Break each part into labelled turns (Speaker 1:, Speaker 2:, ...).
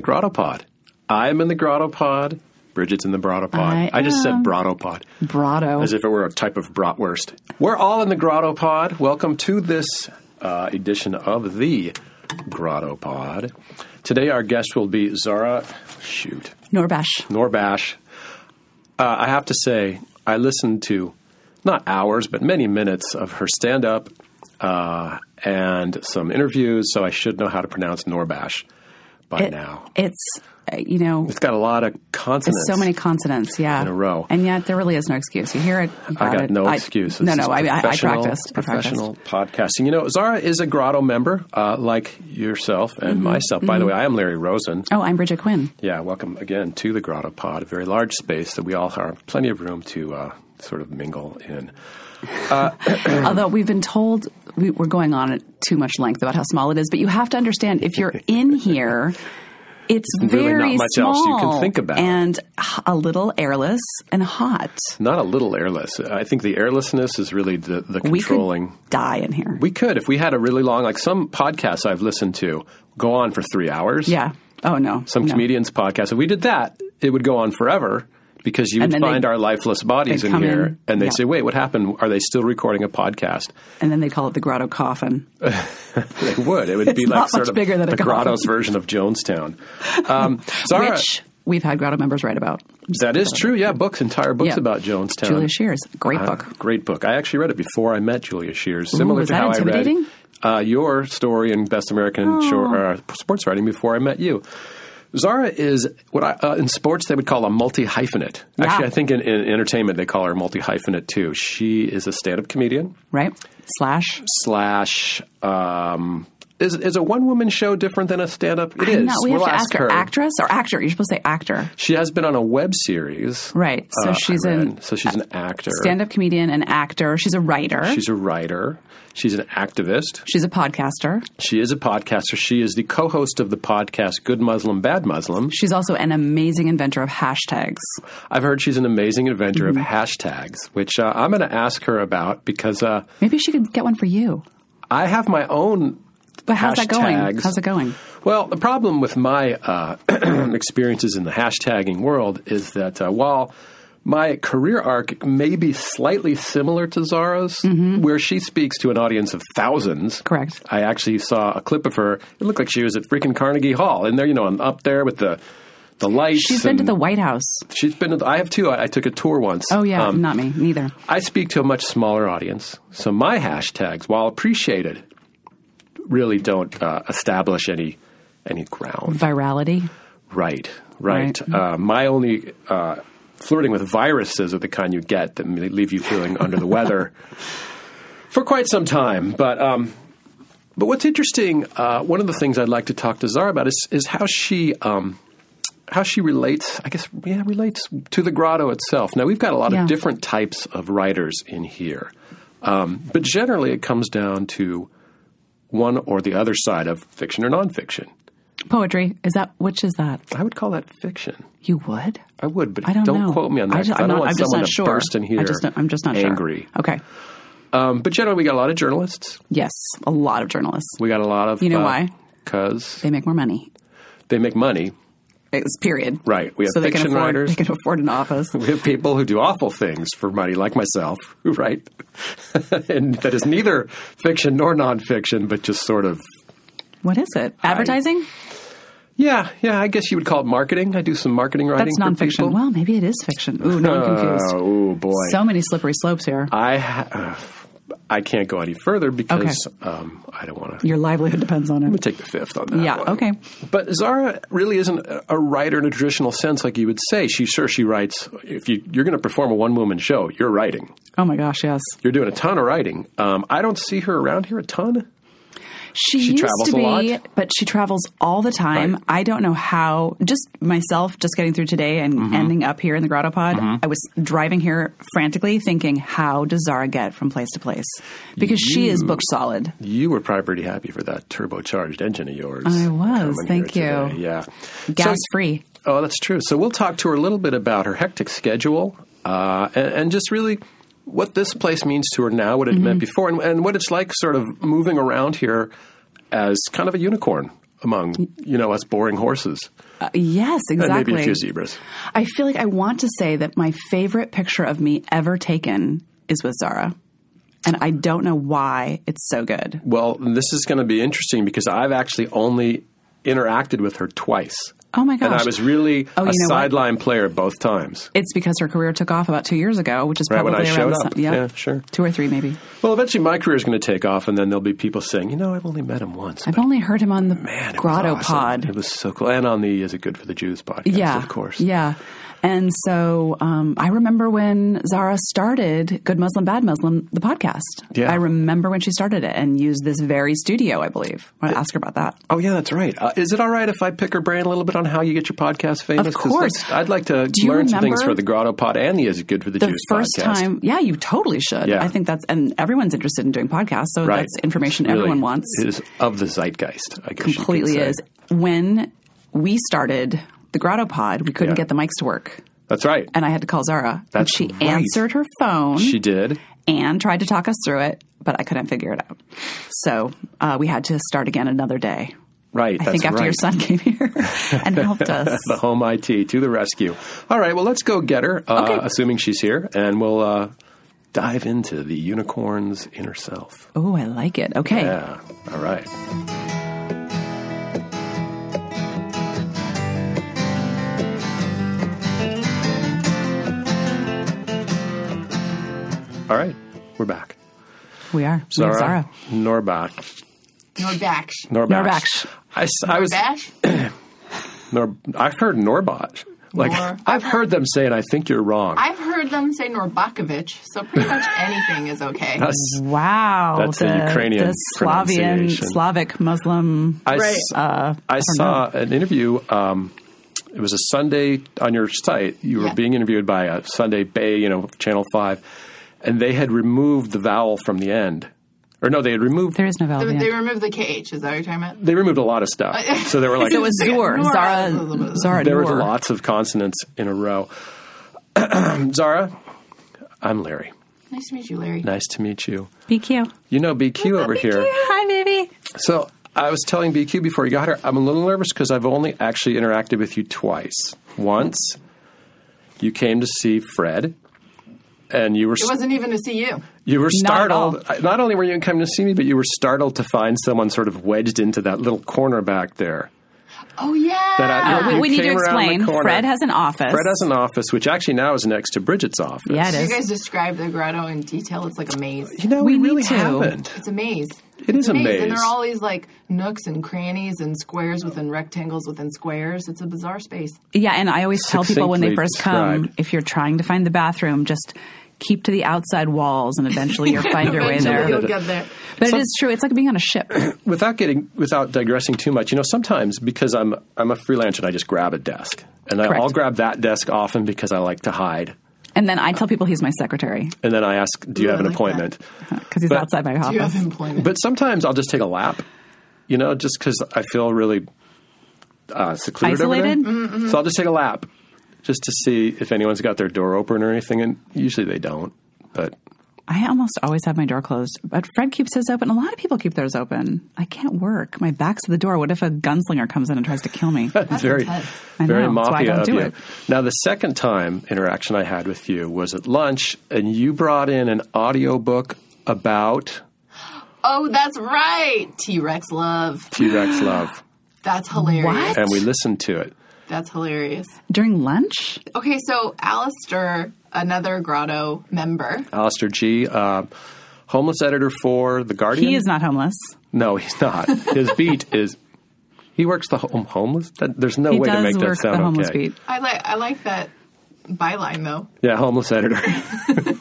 Speaker 1: Grotto Pod. I'm in the Grotto Pod. Bridget's in the Grotto Pod.
Speaker 2: I
Speaker 1: just said
Speaker 2: am.
Speaker 1: Grotto Pod
Speaker 2: Brado.
Speaker 1: as if it were a type of bratwurst. We're all in the Grotto Pod. Welcome to this uh, edition of the Grotto Pod. Today, our guest will be Zara. Shoot.
Speaker 2: Norbash.
Speaker 1: Norbash. Uh, I have to say, I listened to not hours, but many minutes of her stand up uh, and some interviews, so I should know how to pronounce Norbash by
Speaker 2: It-
Speaker 1: now.
Speaker 2: It's, uh, you know,
Speaker 1: It's got a lot of consonants.
Speaker 2: so many consonants, yeah.
Speaker 1: In a row.
Speaker 2: And yet there really is no excuse. You hear it. you
Speaker 1: I
Speaker 2: got
Speaker 1: got
Speaker 2: it.
Speaker 1: no excuses.
Speaker 2: No,
Speaker 1: This
Speaker 2: no,
Speaker 1: is
Speaker 2: I, I, I
Speaker 1: professional-
Speaker 2: practiced. I practiced.
Speaker 1: Professional podcasting. You know, Zara is a Grotto member, uh, like yourself and
Speaker 2: Mm-hmm,
Speaker 1: myself. By the way, I am Larry Rosen.
Speaker 2: Oh, I'm Bridget Quinn.
Speaker 1: Yeah, welcome again to the Grotto Pod, a very large space that we all have plenty of room to uh, sort of mingle in.
Speaker 2: Although we've been told we, we're going on at too much length about how small it is, but you have to understand if you're in here, it's
Speaker 1: Really
Speaker 2: very
Speaker 1: not much
Speaker 2: small
Speaker 1: else you can think about.
Speaker 2: and h- a little airless and hot.
Speaker 1: Not a little airless. I think the airlessness is really the, the
Speaker 2: We
Speaker 1: controlling.
Speaker 2: could die in here.
Speaker 1: we could, if we had a really long, like some podcasts I've listened to, go on for three hours.
Speaker 2: yeah. Oh no.
Speaker 1: Some
Speaker 2: no.
Speaker 1: comedians' podcasts. If we did that, it would go on forever because you
Speaker 2: And
Speaker 1: would
Speaker 2: then
Speaker 1: find
Speaker 2: they-
Speaker 1: our lifeless bodies
Speaker 2: they
Speaker 1: in
Speaker 2: come
Speaker 1: here,
Speaker 2: in.
Speaker 1: and they
Speaker 2: Yeah.
Speaker 1: say, "Wait, what happened? Are they still recording a podcast?"
Speaker 2: And then they call it the grotto coffin.
Speaker 1: They would. It would be
Speaker 2: It's
Speaker 1: like
Speaker 2: not
Speaker 1: sort
Speaker 2: much
Speaker 1: of
Speaker 2: bigger than a
Speaker 1: the
Speaker 2: coffin.
Speaker 1: Grotto's version of Jonestown. Um, Zara,
Speaker 2: which we've had Grotto members write about.
Speaker 1: that is true. Yeah, books, entire books
Speaker 2: Yeah.
Speaker 1: about Jonestown.
Speaker 2: Julia Shears, great
Speaker 1: Uh,
Speaker 2: book.
Speaker 1: Great book. I actually read it before I met Julia Shears. Similar
Speaker 2: was
Speaker 1: to
Speaker 2: that
Speaker 1: how I read
Speaker 2: intimidating?
Speaker 1: uh, your story in Best American Shor- uh, Sports Writing before I met you. Zara is what I, uh, in sports they would call a multi hyphenate.
Speaker 2: Yeah.
Speaker 1: Actually, I think in, in entertainment they call her multi hyphenate too. She is a stand up comedian
Speaker 2: Right? Slash.
Speaker 1: slash. Um, is, is a one woman show different than a stand up? It is.
Speaker 2: No, we
Speaker 1: we'll
Speaker 2: have to
Speaker 1: ask
Speaker 2: ask her,
Speaker 1: her.
Speaker 2: actress or actor. You're supposed to say actor,
Speaker 1: She has been on a web series.
Speaker 2: right? So
Speaker 1: uh, I
Speaker 2: she's
Speaker 1: read.
Speaker 2: a
Speaker 1: so she's an actor.
Speaker 2: stand-up comedian, an actor. She's a writer. She's,
Speaker 1: She's a writer. She's an activist.
Speaker 2: a podcaster.
Speaker 1: She is a podcaster. She is the co-host of the podcast Good Muslim, Bad Muslim.
Speaker 2: She's also an amazing inventor of hashtags.
Speaker 1: I've heard she's an amazing inventor
Speaker 2: Mm-hmm.
Speaker 1: of hashtags, which uh, I'm going to ask her about because uh,
Speaker 2: Maybe she could get one for you.
Speaker 1: I have my own.
Speaker 2: But how's that going?
Speaker 1: Hashtags.
Speaker 2: How's it going?
Speaker 1: Well, the problem with my uh, experiences in the hashtagging world is that uh, while my career arc may be slightly similar to Zara's, where she speaks to an audience of thousands.
Speaker 2: Mm-hmm. Correct.
Speaker 1: I actually saw a clip of her. It looked like she was at freaking Carnegie Hall, and there, you know, I'm up there with the the lights.
Speaker 2: She's been to
Speaker 1: and-
Speaker 2: the White House.
Speaker 1: She's been. I have too. I, I took a tour once.
Speaker 2: Oh yeah,
Speaker 1: Um,
Speaker 2: not me, neither.
Speaker 1: I speak to a much smaller audience, so my hashtags, while appreciated, really don't uh, establish any any ground.
Speaker 2: Virality.
Speaker 1: Right. Right. Uh, my only uh, flirting with viruses are the kind you get that leave you feeling under the weather for quite some time, but. Um, but what's interesting, uh, one of the things I'd like to talk to Zara about is, is how she um, how she relates, I guess, yeah, relates to the grotto itself. Now we've got a lot
Speaker 2: Yeah.
Speaker 1: of different types of writers in here, um, but generally it comes down to one or the other side of fiction or nonfiction.
Speaker 2: Poetry. Is that which is that?
Speaker 1: I would call that fiction.
Speaker 2: You would?
Speaker 1: I would, but
Speaker 2: I don't, know.
Speaker 1: quote me on that.
Speaker 2: I
Speaker 1: 'cause I,
Speaker 2: am
Speaker 1: don't
Speaker 2: not,
Speaker 1: want
Speaker 2: I'm just
Speaker 1: someone
Speaker 2: not
Speaker 1: to
Speaker 2: sure.
Speaker 1: burst in here.
Speaker 2: I just don't- I'm just not sure.
Speaker 1: angry.
Speaker 2: Okay.
Speaker 1: Um, but generally, we got a lot of journalists.
Speaker 2: Yes, a lot of journalists.
Speaker 1: We got a lot of
Speaker 2: You know why?
Speaker 1: Because
Speaker 2: They make more money.
Speaker 1: they make money.
Speaker 2: It's period.
Speaker 1: Right. We have
Speaker 2: so they
Speaker 1: fiction
Speaker 2: can afford,
Speaker 1: writers.
Speaker 2: They can afford an office.
Speaker 1: We have people who do awful things for money, like myself, who write, and that is neither fiction nor nonfiction, but just sort of
Speaker 2: What is it? Advertising?
Speaker 1: yeah, yeah. I guess you would call it marketing. I do some marketing writing
Speaker 2: That's
Speaker 1: for people.
Speaker 2: nonfiction. Well, maybe it is fiction. Ooh, no, I'm confused.
Speaker 1: Oh ooh, boy,
Speaker 2: So many slippery slopes here.
Speaker 1: I ha- uh, I can't go any further because um, I don't want to.
Speaker 2: Your livelihood depends on it.
Speaker 1: Take the fifth on that.
Speaker 2: Yeah,
Speaker 1: one.
Speaker 2: okay.
Speaker 1: But Zara really isn't a- a writer in a traditional sense, like you would say. She sure she writes. If you you're going to perform a one woman show, you're writing.
Speaker 2: Oh my gosh, yes.
Speaker 1: You're doing a ton of writing. Um, I don't see her around here a ton.
Speaker 2: She, used
Speaker 1: travels
Speaker 2: to
Speaker 1: a lot?
Speaker 2: be, but she travels all the time.
Speaker 1: Right.
Speaker 2: I don't know how. Just myself, just getting through today and
Speaker 1: Mm-hmm.
Speaker 2: ending up here in the Grotto Pod. I was driving here frantically, thinking, "How does Zara get from place to place?" Because she is booked solid.
Speaker 1: You were probably pretty happy for that turbocharged engine of yours.
Speaker 2: I was,
Speaker 1: coming
Speaker 2: thank
Speaker 1: here
Speaker 2: you.
Speaker 1: today. Yeah.
Speaker 2: gas
Speaker 1: So-
Speaker 2: free.
Speaker 1: Oh, that's true. So we'll talk to her a little bit about her hectic schedule uh, and, and just really what this place means to her now,
Speaker 2: Mm-hmm.
Speaker 1: what it meant before, and, and what it's like sort of moving around here as kind of a unicorn among you know us boring horses
Speaker 2: Uh, yes,
Speaker 1: and
Speaker 2: exactly.
Speaker 1: maybe a few zebras.
Speaker 2: I feel like I want to say that my favorite picture of me ever taken is with Zara. And I don't know why it's so good.
Speaker 1: Well, this is going to be interesting because I've actually only interacted with her twice.
Speaker 2: Oh my
Speaker 1: And
Speaker 2: gosh.
Speaker 1: I was really a
Speaker 2: Oh, you know what?
Speaker 1: sideline player both times.
Speaker 2: It's because her career took off about two years ago, which is
Speaker 1: Right
Speaker 2: probably
Speaker 1: when I
Speaker 2: around
Speaker 1: showed
Speaker 2: the
Speaker 1: up.
Speaker 2: si-
Speaker 1: Yeah, sure.
Speaker 2: Two or three, maybe.
Speaker 1: Well, eventually my career is going to take off, and then there'll be people saying, you know, I've only met him once.
Speaker 2: I've only heard him on the
Speaker 1: Man, it was
Speaker 2: Grotto
Speaker 1: awesome.
Speaker 2: Pod.
Speaker 1: It was so cool. And on the Is It Good for the Jews podcast,
Speaker 2: yeah,
Speaker 1: of course.
Speaker 2: Yeah. And so um, I remember when Zara started Good Muslim, Bad Muslim, the podcast.
Speaker 1: Yeah.
Speaker 2: I remember when she started it and used this very studio, I believe. I want to ask her about that.
Speaker 1: Oh, yeah, that's right. Uh, is it all right if I pick her brain a little bit on how you get your podcast famous?
Speaker 2: Of
Speaker 1: 'Cause
Speaker 2: course.
Speaker 1: that's- I'd like to
Speaker 2: you
Speaker 1: learn some things
Speaker 2: remember
Speaker 1: for the Grotto Pod and the Is It Good for the,
Speaker 2: The
Speaker 1: Jews
Speaker 2: first
Speaker 1: podcast.
Speaker 2: time, yeah, you totally should.
Speaker 1: Yeah.
Speaker 2: I think that's, and everyone's interested in doing podcasts, so
Speaker 1: Right.
Speaker 2: that's information
Speaker 1: It's really-
Speaker 2: everyone wants.
Speaker 1: It is of the zeitgeist, I guess. you could
Speaker 2: completely
Speaker 1: say.
Speaker 2: is. When we started the Grotto Pod, we couldn't
Speaker 1: Yeah.
Speaker 2: get the mics to work,
Speaker 1: That's right.
Speaker 2: and I had to call Zara.
Speaker 1: That's
Speaker 2: and she
Speaker 1: right.
Speaker 2: answered her phone
Speaker 1: She did.
Speaker 2: and tried to talk us through it, but I couldn't figure it out. So uh, we had to start again another day.
Speaker 1: Right.
Speaker 2: I
Speaker 1: that's
Speaker 2: think after
Speaker 1: right.
Speaker 2: your son came here and helped us.
Speaker 1: the home IT to the rescue. All right, well, let's go get her, uh,
Speaker 2: Okay.
Speaker 1: assuming she's here, and we'll uh, dive into the unicorn's inner self.
Speaker 2: Oh, I like it. Okay.
Speaker 1: Yeah, all right. All right, we're back.
Speaker 2: We are. We have
Speaker 1: Zara
Speaker 2: Zara.
Speaker 1: Norbach.
Speaker 3: Norbax.
Speaker 1: Norbach.
Speaker 2: Norbach.
Speaker 1: I, s- I was
Speaker 3: Bash?
Speaker 1: Nor, I've heard Norbach. Like
Speaker 3: Nor-
Speaker 1: I've heard them say it. I think you're wrong.
Speaker 3: I've heard them say Norbakovich, so pretty much anything is okay.
Speaker 1: Us-
Speaker 2: Wow.
Speaker 1: That's a
Speaker 2: the-
Speaker 1: Ukrainian
Speaker 2: the Slavian,
Speaker 1: pronunciation.
Speaker 2: Slavic, Muslim.
Speaker 1: I, s-
Speaker 3: Right.
Speaker 1: I saw an interview. Um, it was a Sunday on your site. You were
Speaker 3: Yeah.
Speaker 1: being interviewed by a Sunday Bay, you know, Channel Five, and they had removed the vowel from the end, or no, they had removed.
Speaker 2: There is no vowel.
Speaker 3: They-
Speaker 2: at the
Speaker 3: They
Speaker 2: end.
Speaker 3: removed the KH, is that what you're talking about?
Speaker 1: They removed a lot of stuff, so they were like,
Speaker 2: So it was Zur.
Speaker 3: Nora.
Speaker 2: Zara. Zara.
Speaker 1: there were
Speaker 2: Noor.
Speaker 1: lots of consonants in a row. Zara, I'm Larry.
Speaker 3: Nice to meet you, Larry.
Speaker 1: Nice to meet you.
Speaker 2: BQ.
Speaker 1: You know BQ over here.
Speaker 2: Hi, baby.
Speaker 1: So I was telling BQ before you got here, I'm a little nervous because I've only actually interacted with you twice. Once, you came to see Fred, and you were
Speaker 3: It wasn't even to see you.
Speaker 1: you were
Speaker 2: Not at all.
Speaker 1: startled. Not, only were you coming to see me, but you were startled to find someone sort of wedged into that little corner back there.
Speaker 3: Oh, yeah.
Speaker 1: That I-
Speaker 2: we,
Speaker 1: You
Speaker 2: we need to
Speaker 1: came around the
Speaker 2: explain.
Speaker 1: corner.
Speaker 2: Fred has an office.
Speaker 1: Fred has an office, which actually now is next to Bridget's office.
Speaker 2: Yeah, it
Speaker 3: you
Speaker 2: is.
Speaker 3: guys describe the grotto in detail. It's like a maze.
Speaker 1: You know,
Speaker 2: We
Speaker 1: we,
Speaker 2: need
Speaker 1: really
Speaker 2: to.
Speaker 1: haven't.
Speaker 3: It's a maze.
Speaker 1: It is
Speaker 3: It's
Speaker 1: a maze.
Speaker 3: And there are all these like nooks and crannies and squares within rectangles within squares. It's a bizarre space.
Speaker 2: yeah, and I always tell people when they
Speaker 1: Succinctly
Speaker 2: first come,
Speaker 1: described.
Speaker 2: if you're trying to find the bathroom, just keep to the outside walls, and eventually you'll find your way
Speaker 3: Eventually
Speaker 2: there.
Speaker 3: you'll get there.
Speaker 1: Uh-huh.
Speaker 2: But it is true. It's like being on a ship.
Speaker 1: without getting without digressing too much, you know, sometimes because I'm I'm a freelancer and I just grab a desk. And I,
Speaker 2: Correct.
Speaker 1: I'll grab that desk often because I like to hide.
Speaker 2: And then I tell people he's my secretary
Speaker 1: And then I ask, "Do you
Speaker 3: Ooh,
Speaker 1: have
Speaker 3: I
Speaker 1: an
Speaker 3: like
Speaker 1: appointment?"
Speaker 2: because he's
Speaker 1: But-
Speaker 2: outside my
Speaker 3: You have
Speaker 2: office.
Speaker 3: employment.
Speaker 1: But sometimes I'll just take a lap, you know, just because I feel really uh, secluded
Speaker 2: Isolated?
Speaker 1: over there. Mm-hmm. So I'll just take a lap just to see if anyone's got their door open or anything. And usually they don't, but
Speaker 2: I almost always have my door closed, but Fred keeps his open. A lot of people keep theirs open. I can't work. My back's to the door. What if a gunslinger comes in and tries to kill me?
Speaker 1: It's very,
Speaker 3: intense.
Speaker 2: I
Speaker 1: very
Speaker 2: know, that's why I
Speaker 1: mafia
Speaker 2: don't
Speaker 1: of
Speaker 2: do
Speaker 1: you.
Speaker 2: it.
Speaker 1: Now, the second time interaction I had with you was at lunch, and you brought in an audiobook about
Speaker 3: oh, that's right. T Rex love.
Speaker 1: T Rex love,
Speaker 3: That's hilarious.
Speaker 2: What?
Speaker 1: and we listened to it.
Speaker 3: That's hilarious.
Speaker 2: During lunch?
Speaker 3: Okay, so Alistair, another Grotto member.
Speaker 1: Alistair G., uh, homeless editor for The Guardian.
Speaker 2: He is not homeless.
Speaker 1: No, he's not. His beat is. He works the home homeless. That, there's no
Speaker 2: He
Speaker 1: way
Speaker 2: does
Speaker 1: to make
Speaker 2: work
Speaker 1: that sound
Speaker 2: the homeless
Speaker 1: okay.
Speaker 2: beat.
Speaker 3: I like I like that byline though.
Speaker 1: Yeah, homeless editor.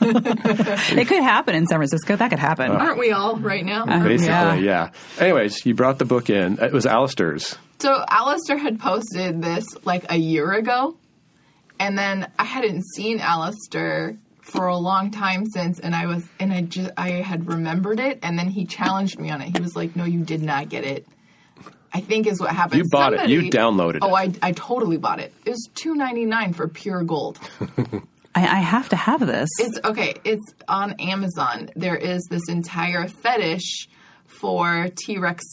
Speaker 2: It could happen in San Francisco. That could happen.
Speaker 1: Uh.
Speaker 3: Aren't we all right now?
Speaker 1: Basically,
Speaker 2: Yeah.
Speaker 1: Uh-huh. yeah. Anyways, you brought the book in. It was Alistair's.
Speaker 3: So Alistair had posted this like a year ago, and then I hadn't seen Alistair for a long time since, and I was and I just I had remembered it, and then he challenged me on it. He was like, "No, you did not get it." I think is what happened.
Speaker 1: You bought it. You downloaded it.
Speaker 3: Oh, I I totally bought it. It was two ninety nine for pure gold.
Speaker 2: I, I have to have this.
Speaker 3: It's okay. It's on Amazon. There is this entire fetish for T Rex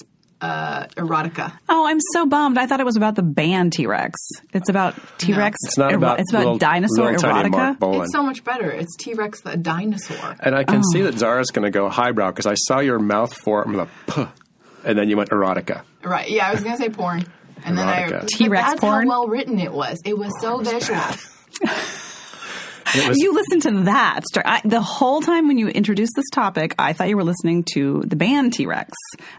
Speaker 3: uh, erotica.
Speaker 2: Oh, I'm so bummed. I thought it was about the band T Rex. It's about T Rex.
Speaker 1: It's not about
Speaker 2: it's about
Speaker 1: little-
Speaker 2: dinosaur
Speaker 1: little tiny Mark
Speaker 2: erotica.
Speaker 1: Bolan.
Speaker 3: It's so much better. It's T Rex the dinosaur.
Speaker 1: and I can
Speaker 2: Oh.
Speaker 1: see that Zara's going to go highbrow because I saw your mouth form the puh, and then you went erotica.
Speaker 3: Right? Yeah, I was gonna say porn, and then I
Speaker 1: Erotica.
Speaker 3: but
Speaker 2: T-Rex
Speaker 3: That's
Speaker 2: porn?
Speaker 3: how well written it was. It was so visual.
Speaker 1: And it was
Speaker 2: you listen to that Star- I, the whole time when you introduced this topic. I thought you were listening to the band T Rex.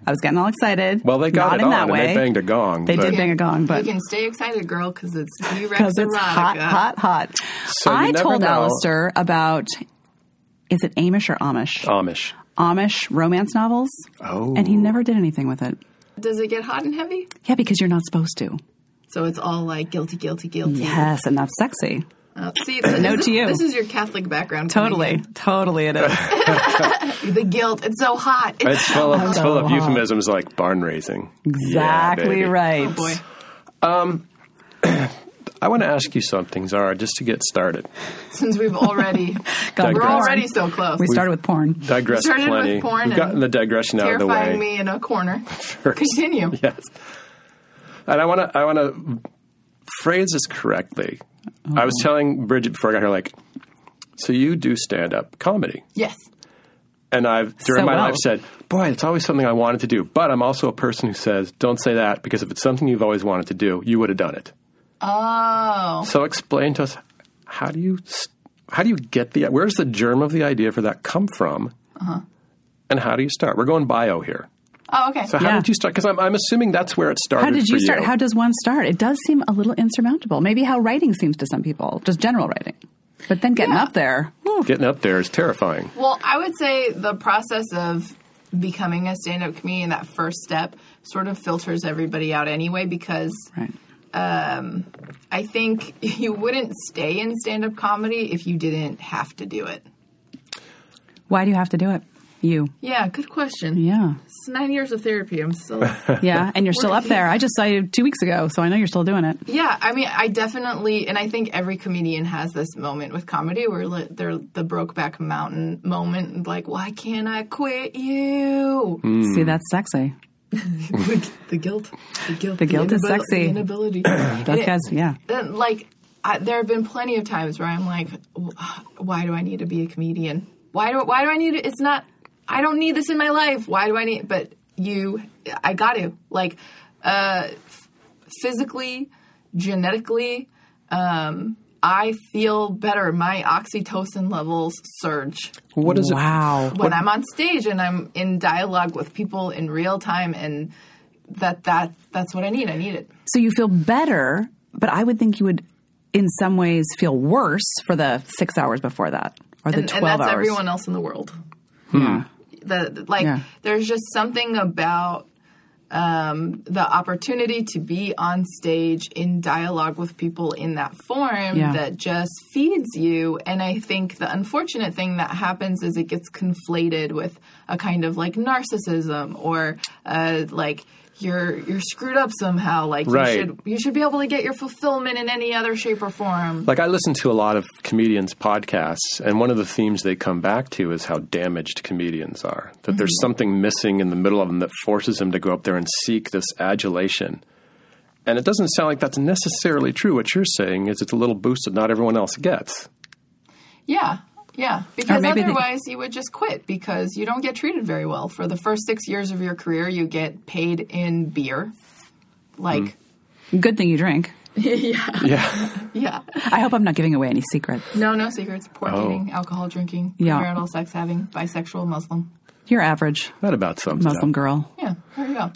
Speaker 2: I was getting all excited.
Speaker 1: well, they got
Speaker 2: Not
Speaker 1: it
Speaker 2: in
Speaker 1: on
Speaker 2: that
Speaker 1: and
Speaker 2: way.
Speaker 1: they banged a gong.
Speaker 2: They
Speaker 1: but-
Speaker 2: did bang a gong, but
Speaker 3: you can stay excited, girl, because it's T Rex
Speaker 2: because
Speaker 3: erotica.
Speaker 2: it's hot, hot, hot.
Speaker 1: So you
Speaker 2: I
Speaker 1: never
Speaker 2: told
Speaker 1: know.
Speaker 2: Alistair about is it Amish or Amish?
Speaker 1: Amish.
Speaker 2: Amish romance novels.
Speaker 1: Oh.
Speaker 2: And he never did anything with it.
Speaker 3: Does it get hot and heavy?
Speaker 2: Yeah, because you're not supposed to.
Speaker 3: So it's all like guilty, guilty, guilty.
Speaker 2: Yes, and that's sexy.
Speaker 3: Uh, see, this,
Speaker 2: No
Speaker 3: this,
Speaker 2: to you.
Speaker 3: This is your Catholic background. coming
Speaker 2: Totally. Totally it is.
Speaker 3: in. The guilt. It's so hot. It's
Speaker 1: It's full of, it's full of
Speaker 2: Aloha.
Speaker 1: euphemisms like barn raising. Yeah,
Speaker 2: Oh. Exactly
Speaker 1: baby.
Speaker 2: right.
Speaker 3: oh boy.
Speaker 1: I want to ask you something, Zara, just to get started.
Speaker 3: Since we've already,
Speaker 2: God,
Speaker 3: we're
Speaker 1: Digress.
Speaker 3: already so close.
Speaker 2: We started with porn.
Speaker 1: Digress
Speaker 3: Started with
Speaker 1: plenty.
Speaker 3: porn
Speaker 1: We've gotten
Speaker 3: and
Speaker 1: the digression out of the way.
Speaker 3: terrifying me in a corner. Continue.
Speaker 1: Yes. And I want to I want to phrase this correctly. I
Speaker 2: Oh.
Speaker 1: was telling Bridget before I got here, like, so you do stand up comedy,
Speaker 3: Yes.
Speaker 1: and I've during
Speaker 2: So
Speaker 1: my
Speaker 2: well.
Speaker 1: life said, boy, it's always something I wanted to do. But I'm also a person who says, don't say that because if it's something you've always wanted to do, you would have done it.
Speaker 3: Oh,
Speaker 1: So explain to us how do you s- how do you get the where's the germ of the idea for that come from,
Speaker 2: Uh-huh.
Speaker 1: and how do you start? We're going bio here.
Speaker 3: oh, okay.
Speaker 1: So how
Speaker 2: Yeah.
Speaker 1: did you start? Because I'm, I'm assuming that's where it started.
Speaker 2: How did you
Speaker 1: for
Speaker 2: start? How does one start? It does seem a little insurmountable. Maybe how writing seems to some people, just general writing. But then getting up there, whew,
Speaker 1: Getting up there is terrifying.
Speaker 3: Well, I would say the process of becoming a stand up comedian, that first step, sort of filters everybody out anyway because
Speaker 2: right.
Speaker 3: I think you wouldn't stay in stand up comedy if you didn't have to do it.
Speaker 2: Why do you have to do it? You.
Speaker 3: Yeah, good question.
Speaker 2: Yeah.
Speaker 3: It's nine years of therapy. I'm still.
Speaker 2: Yeah. And you're still up there. I just saw you two weeks ago, so I know you're still doing it.
Speaker 3: yeah, I mean, I definitely, and I think every comedian has this moment with comedy where li- they're the Brokeback Mountain moment, and like, why can't I quit you?
Speaker 2: See, that's sexy.
Speaker 3: the, the guilt. The guilt.
Speaker 2: The guilt is
Speaker 3: inabil-
Speaker 2: sexy.
Speaker 3: The inability. That's
Speaker 2: Those guys, yeah.
Speaker 3: then like I, there have been plenty of times where I'm like, "Wh- why do I need to be a comedian? Why do why do I need it? It's not. I don't need this in my life. Why do I need? But you, I got to like, uh, f- physically, genetically, um, I feel better. My oxytocin levels surge
Speaker 1: What is
Speaker 2: Wow.
Speaker 3: when I'm on stage and I'm in dialogue with people in real time, and that that that's what I need. I need it.
Speaker 2: So you feel better, but I would think you would, in some ways, feel worse for the six hours before that or the
Speaker 3: and,
Speaker 2: 12
Speaker 3: and that's
Speaker 2: hours.
Speaker 3: everyone else in the world. The, like
Speaker 2: Yeah.
Speaker 3: there's just something about um, the opportunity to be on stage in dialogue with people in that form
Speaker 2: Yeah.
Speaker 3: that just feeds you. And I think the unfortunate thing that happens is it gets conflated with a kind of like narcissism or uh, like you're you're screwed up somehow. Like
Speaker 1: Right.
Speaker 3: you should you should be able to get your fulfillment in any other shape or form.
Speaker 1: Like I listen to a lot of comedians' podcasts, and one of the themes they come back to is how damaged comedians are. That there's
Speaker 2: Mm-hmm.
Speaker 1: something missing in the middle of them that forces them to go up there and seek this adulation. And it doesn't sound like that's necessarily true. What you're saying is it's a little boost that not everyone else gets.
Speaker 3: Yeah, yeah. Because
Speaker 2: maybe they-
Speaker 3: otherwise, you would just quit because you don't get treated very well. For the first six years of your career, you get paid in beer. Like,
Speaker 2: Good thing you drink.
Speaker 1: Yeah,
Speaker 2: Hmm.
Speaker 3: yeah.
Speaker 2: I hope I'm not giving away any secrets.
Speaker 3: No, no secrets. Pork
Speaker 1: Oh.
Speaker 3: eating, alcohol drinking,
Speaker 2: Yeah.
Speaker 3: marital sex having, bisexual, Muslim.
Speaker 2: You're average
Speaker 1: that about sums it up.
Speaker 2: Muslim girl.
Speaker 3: Yeah, there you go.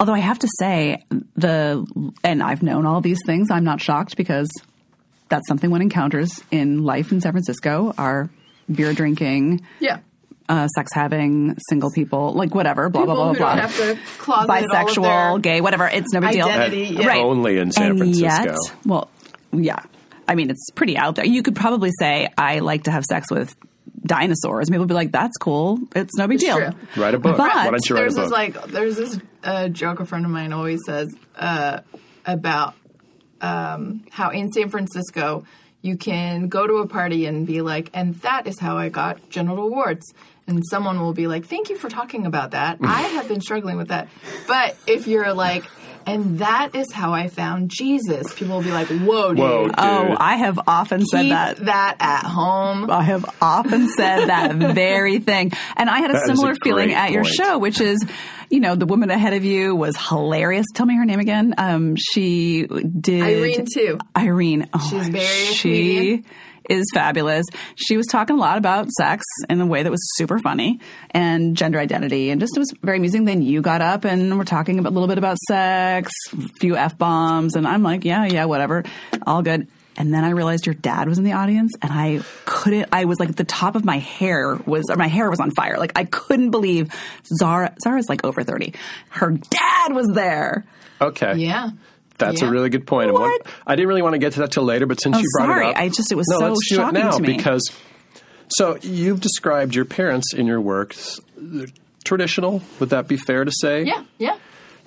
Speaker 2: Although I have to say, the and I've known all these things. I'm not shocked because that's something one encounters in life in San Francisco: are beer drinking,
Speaker 3: yeah.
Speaker 2: uh, sex having, single people, like whatever, blah
Speaker 3: People
Speaker 2: blah
Speaker 3: who
Speaker 2: blah
Speaker 3: don't
Speaker 2: blah.
Speaker 3: have to closet
Speaker 2: Bisexual,
Speaker 3: all of their,
Speaker 2: gay, whatever. It's no big
Speaker 3: Identity,
Speaker 2: deal.
Speaker 3: yeah.
Speaker 2: Right.
Speaker 1: Only in San
Speaker 2: and
Speaker 1: Francisco.
Speaker 2: Yet, well, yeah. I mean, it's pretty out there. You could probably say, I like to have sex with dinosaurs. People would be like, that's cool. It's no big deal.
Speaker 3: true.
Speaker 1: Write a book.
Speaker 2: But
Speaker 1: Why don't you write a
Speaker 3: there's
Speaker 1: book?
Speaker 3: this like there's this uh, joke a friend of mine always says uh, about um, how in San Francisco You can go to a party and be like, and that is how I got genital warts. And someone will be like, thank you for talking about that. I have been struggling with that. But if you're like, and that is how I found Jesus, people will be like, whoa, dude.
Speaker 1: Whoa, dude.
Speaker 2: Oh, I have often said
Speaker 3: Keep
Speaker 2: that.
Speaker 3: that. at home.
Speaker 2: I have often said that very thing. And I had a
Speaker 1: That is a
Speaker 2: similar feeling
Speaker 1: great
Speaker 2: at your
Speaker 1: point.
Speaker 2: show, which is, you know, the woman ahead of you was hilarious. Tell me her name again. Um, she did
Speaker 3: Irene, too.
Speaker 2: Irene. Oh,
Speaker 3: She's very
Speaker 2: she
Speaker 3: comedian.
Speaker 2: is fabulous. She was talking a lot about sex in a way that was super funny and gender identity and just it was very amusing. Then you got up and we're talking about, a little bit about sex, a few F bombs, and I'm like, yeah, yeah, whatever. All good. And then I realized your dad was in the audience and I couldn't I was like the top of my hair was or my hair was on fire. Like I couldn't believe Zara Zara's like over 30. Her dad was there.
Speaker 1: Okay.
Speaker 3: Yeah.
Speaker 1: That's a
Speaker 3: Yeah.
Speaker 1: really good point. And
Speaker 2: What?
Speaker 1: I didn't really want to get to that till later, but since
Speaker 2: Oh,
Speaker 1: you brought
Speaker 2: sorry.
Speaker 1: it up,
Speaker 2: I just- it was
Speaker 1: no,
Speaker 2: so
Speaker 1: let's do it
Speaker 2: shocking
Speaker 1: now
Speaker 2: to me.
Speaker 1: because. So you've described your parents in your works uh, traditional. Would that be fair to say?
Speaker 3: Yeah. Yeah.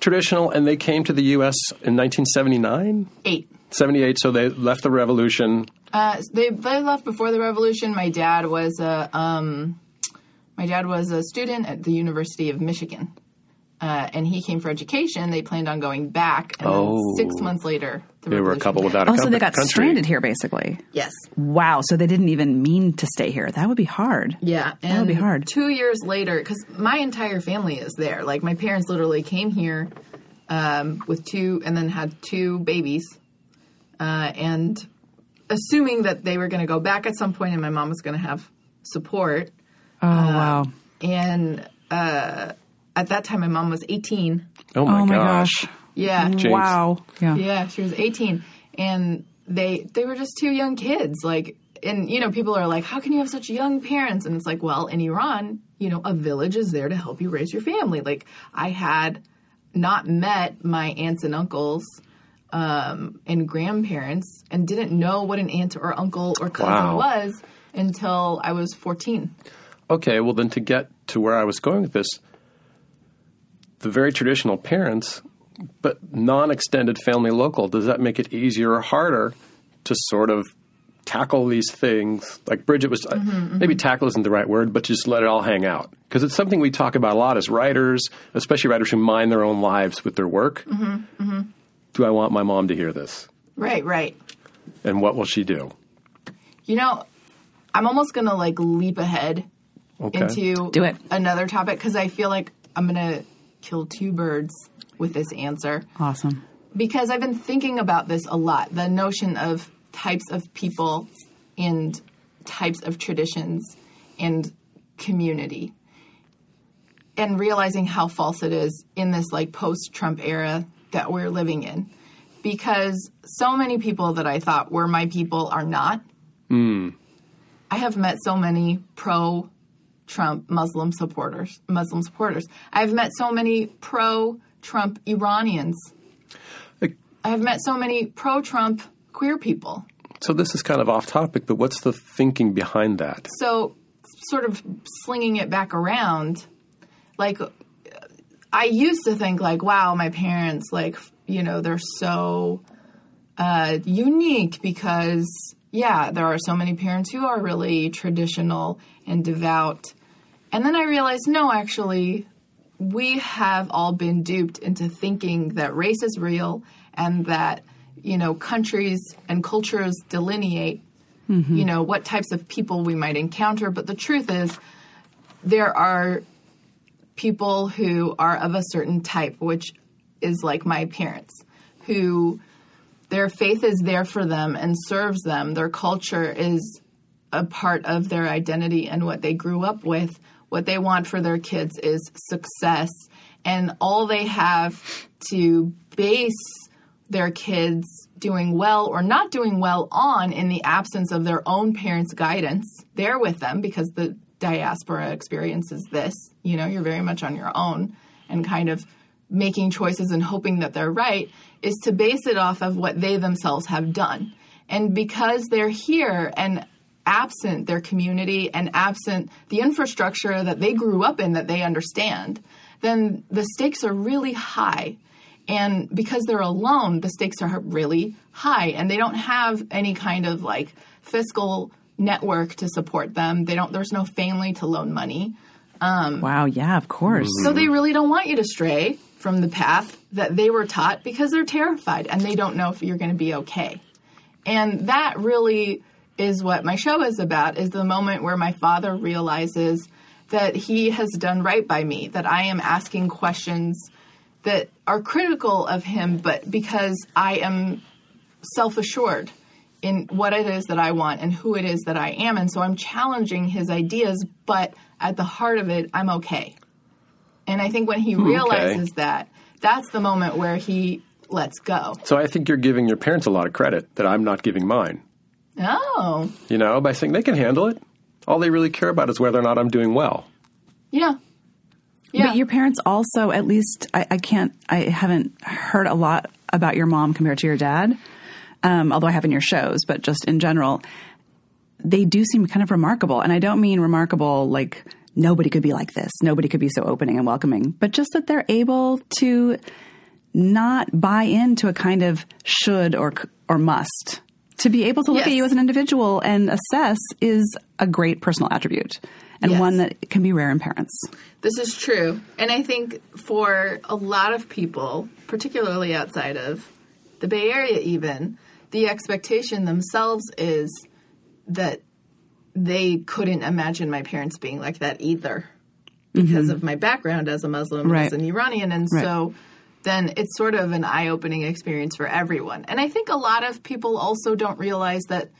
Speaker 1: Traditional, and they came to the U.S. in 1979,
Speaker 3: Eight.
Speaker 1: 78. So they left the revolution.
Speaker 3: Uh, they they left before the revolution. My dad was a um, my dad was a student at the University of Michigan, uh, and he came for education. They planned on going back. And
Speaker 1: Oh.
Speaker 3: then six months later, the
Speaker 1: They were a
Speaker 3: revolution
Speaker 1: couple
Speaker 3: happened.
Speaker 1: without a
Speaker 2: Oh, so
Speaker 1: com-
Speaker 2: they got
Speaker 1: country.
Speaker 2: stranded here basically.
Speaker 3: Yes.
Speaker 2: Wow. So they didn't even mean to stay here. That would be hard.
Speaker 3: Yeah, and
Speaker 2: That would be hard.
Speaker 3: Two years later, because my entire family is there. Like my parents literally came here um, with two, and then had two babies, uh, and assuming that they were going to go back at some point, and my mom was going to have support. uh,
Speaker 2: Oh, wow.
Speaker 3: and uh, at that time my mom was 18
Speaker 1: Oh my,
Speaker 2: Oh my
Speaker 1: gosh.
Speaker 2: gosh.
Speaker 3: yeah
Speaker 1: James.
Speaker 2: Wow. Yeah.
Speaker 3: yeah she was 18 and they they were just two young kids like and you know people are like how can you have such young parents and it's like well in iran you know a village is there to help you raise your family like i had not met my aunts and uncles um, and grandparents and didn't know what an aunt or uncle or cousin
Speaker 1: Wow.
Speaker 3: was until i was 14
Speaker 1: Okay, well, then to get to where I was going with this, the very traditional parents, but non extended family local, does that make it easier or harder to sort of tackle these things? Like Bridget was, uh, maybe tackle isn't the right word, but just let it all hang out. Because it's something we talk about a lot as writers, especially writers who mind their own lives with their work. Do I want my mom to hear this?
Speaker 3: right right
Speaker 1: And what will she do?
Speaker 3: You know, I'm almost gonna like leap ahead
Speaker 1: Okay.
Speaker 3: into
Speaker 2: Do it.
Speaker 3: another topic because I feel like I'm gonna kill two birds with this answer
Speaker 2: Awesome.
Speaker 3: because I've been thinking about this a lot. The notion of types of people and types of traditions and community and realizing how false it is in this like post Trump era that we're living in because so many people that I thought were my people are not. I have met so many pro Trump Muslim supporters, Muslim supporters. I've met so many pro Trump Iranians. I've met so many pro Trump queer people.
Speaker 1: So this is kind of off topic, but what's the thinking behind that?
Speaker 3: So, sort of slinging it back around, like, I used to think, like, wow, my parents, like, you know, they're so uh, unique because, yeah, there are so many parents who are really traditional and devout. And then I realized, no, actually, we have all been duped into thinking that race is real and that you know countries and cultures delineate you know what types of people we might encounter but the truth is there are people who are of a certain type which is like my parents who their faith is there for them and serves them their culture is a part of their identity and what they grew up with. What they want for their kids is success. And all they have to base their kids doing well or not doing well on in the absence of their own parents' guidance. They're with them because the diaspora experience is this you know, you're very much on your own and kind of making choices and hoping that they're right is to base it off of what they themselves have done. And because they're here and absent their community and absent the infrastructure that they grew up in that they understand, then the stakes are really high. And because they're alone, the stakes are really high and they don't have any kind of like fiscal network to support them. They don't there's no family to loan money.
Speaker 2: wow. Yeah. Of course.
Speaker 3: So they really don't want you to stray from the path that they were taught because they're terrified and they don't know if you're going to be okay. And that really is what my show is about is the moment where my father realizes that he has done right by me, that I am asking questions that are critical of him but because I am self-assured in what it is that I want and who it is that I am and so I'm challenging his ideas but at the heart of it I'm okay. And I think when he realizes that, that's the moment where he lets go.
Speaker 1: So I think you're giving your parents a lot of credit that I'm not giving mine.
Speaker 3: Oh,
Speaker 1: You know, by saying they can handle it. All they really care about is whether or not I'm doing well.
Speaker 3: yeah. Yeah.
Speaker 2: But your parents also, at least, I, I can't, I haven't heard a lot about your mom compared to your dad, um, although I have in your shows, but just in general, they do seem kind of remarkable. And I don't mean remarkable like nobody could be like this, nobody could be so opening and welcoming, but just that they're able to not buy into a kind of should or c- or must. To be able to look
Speaker 3: Yes.
Speaker 2: at you as an individual and assess is a great personal attribute and
Speaker 3: Yes.
Speaker 2: one that can be rare in parents.
Speaker 3: This is true. And I think for a lot of people, particularly outside of the Bay Area, even, the expectation themselves is that they couldn't imagine my parents being like that either because of my background as a Muslim, and as
Speaker 2: Mm-hmm. Right.
Speaker 3: an Iranian. And
Speaker 2: Right.
Speaker 3: so then it's sort of an eye opening experience for everyone. And I think a lot of people also don't realize that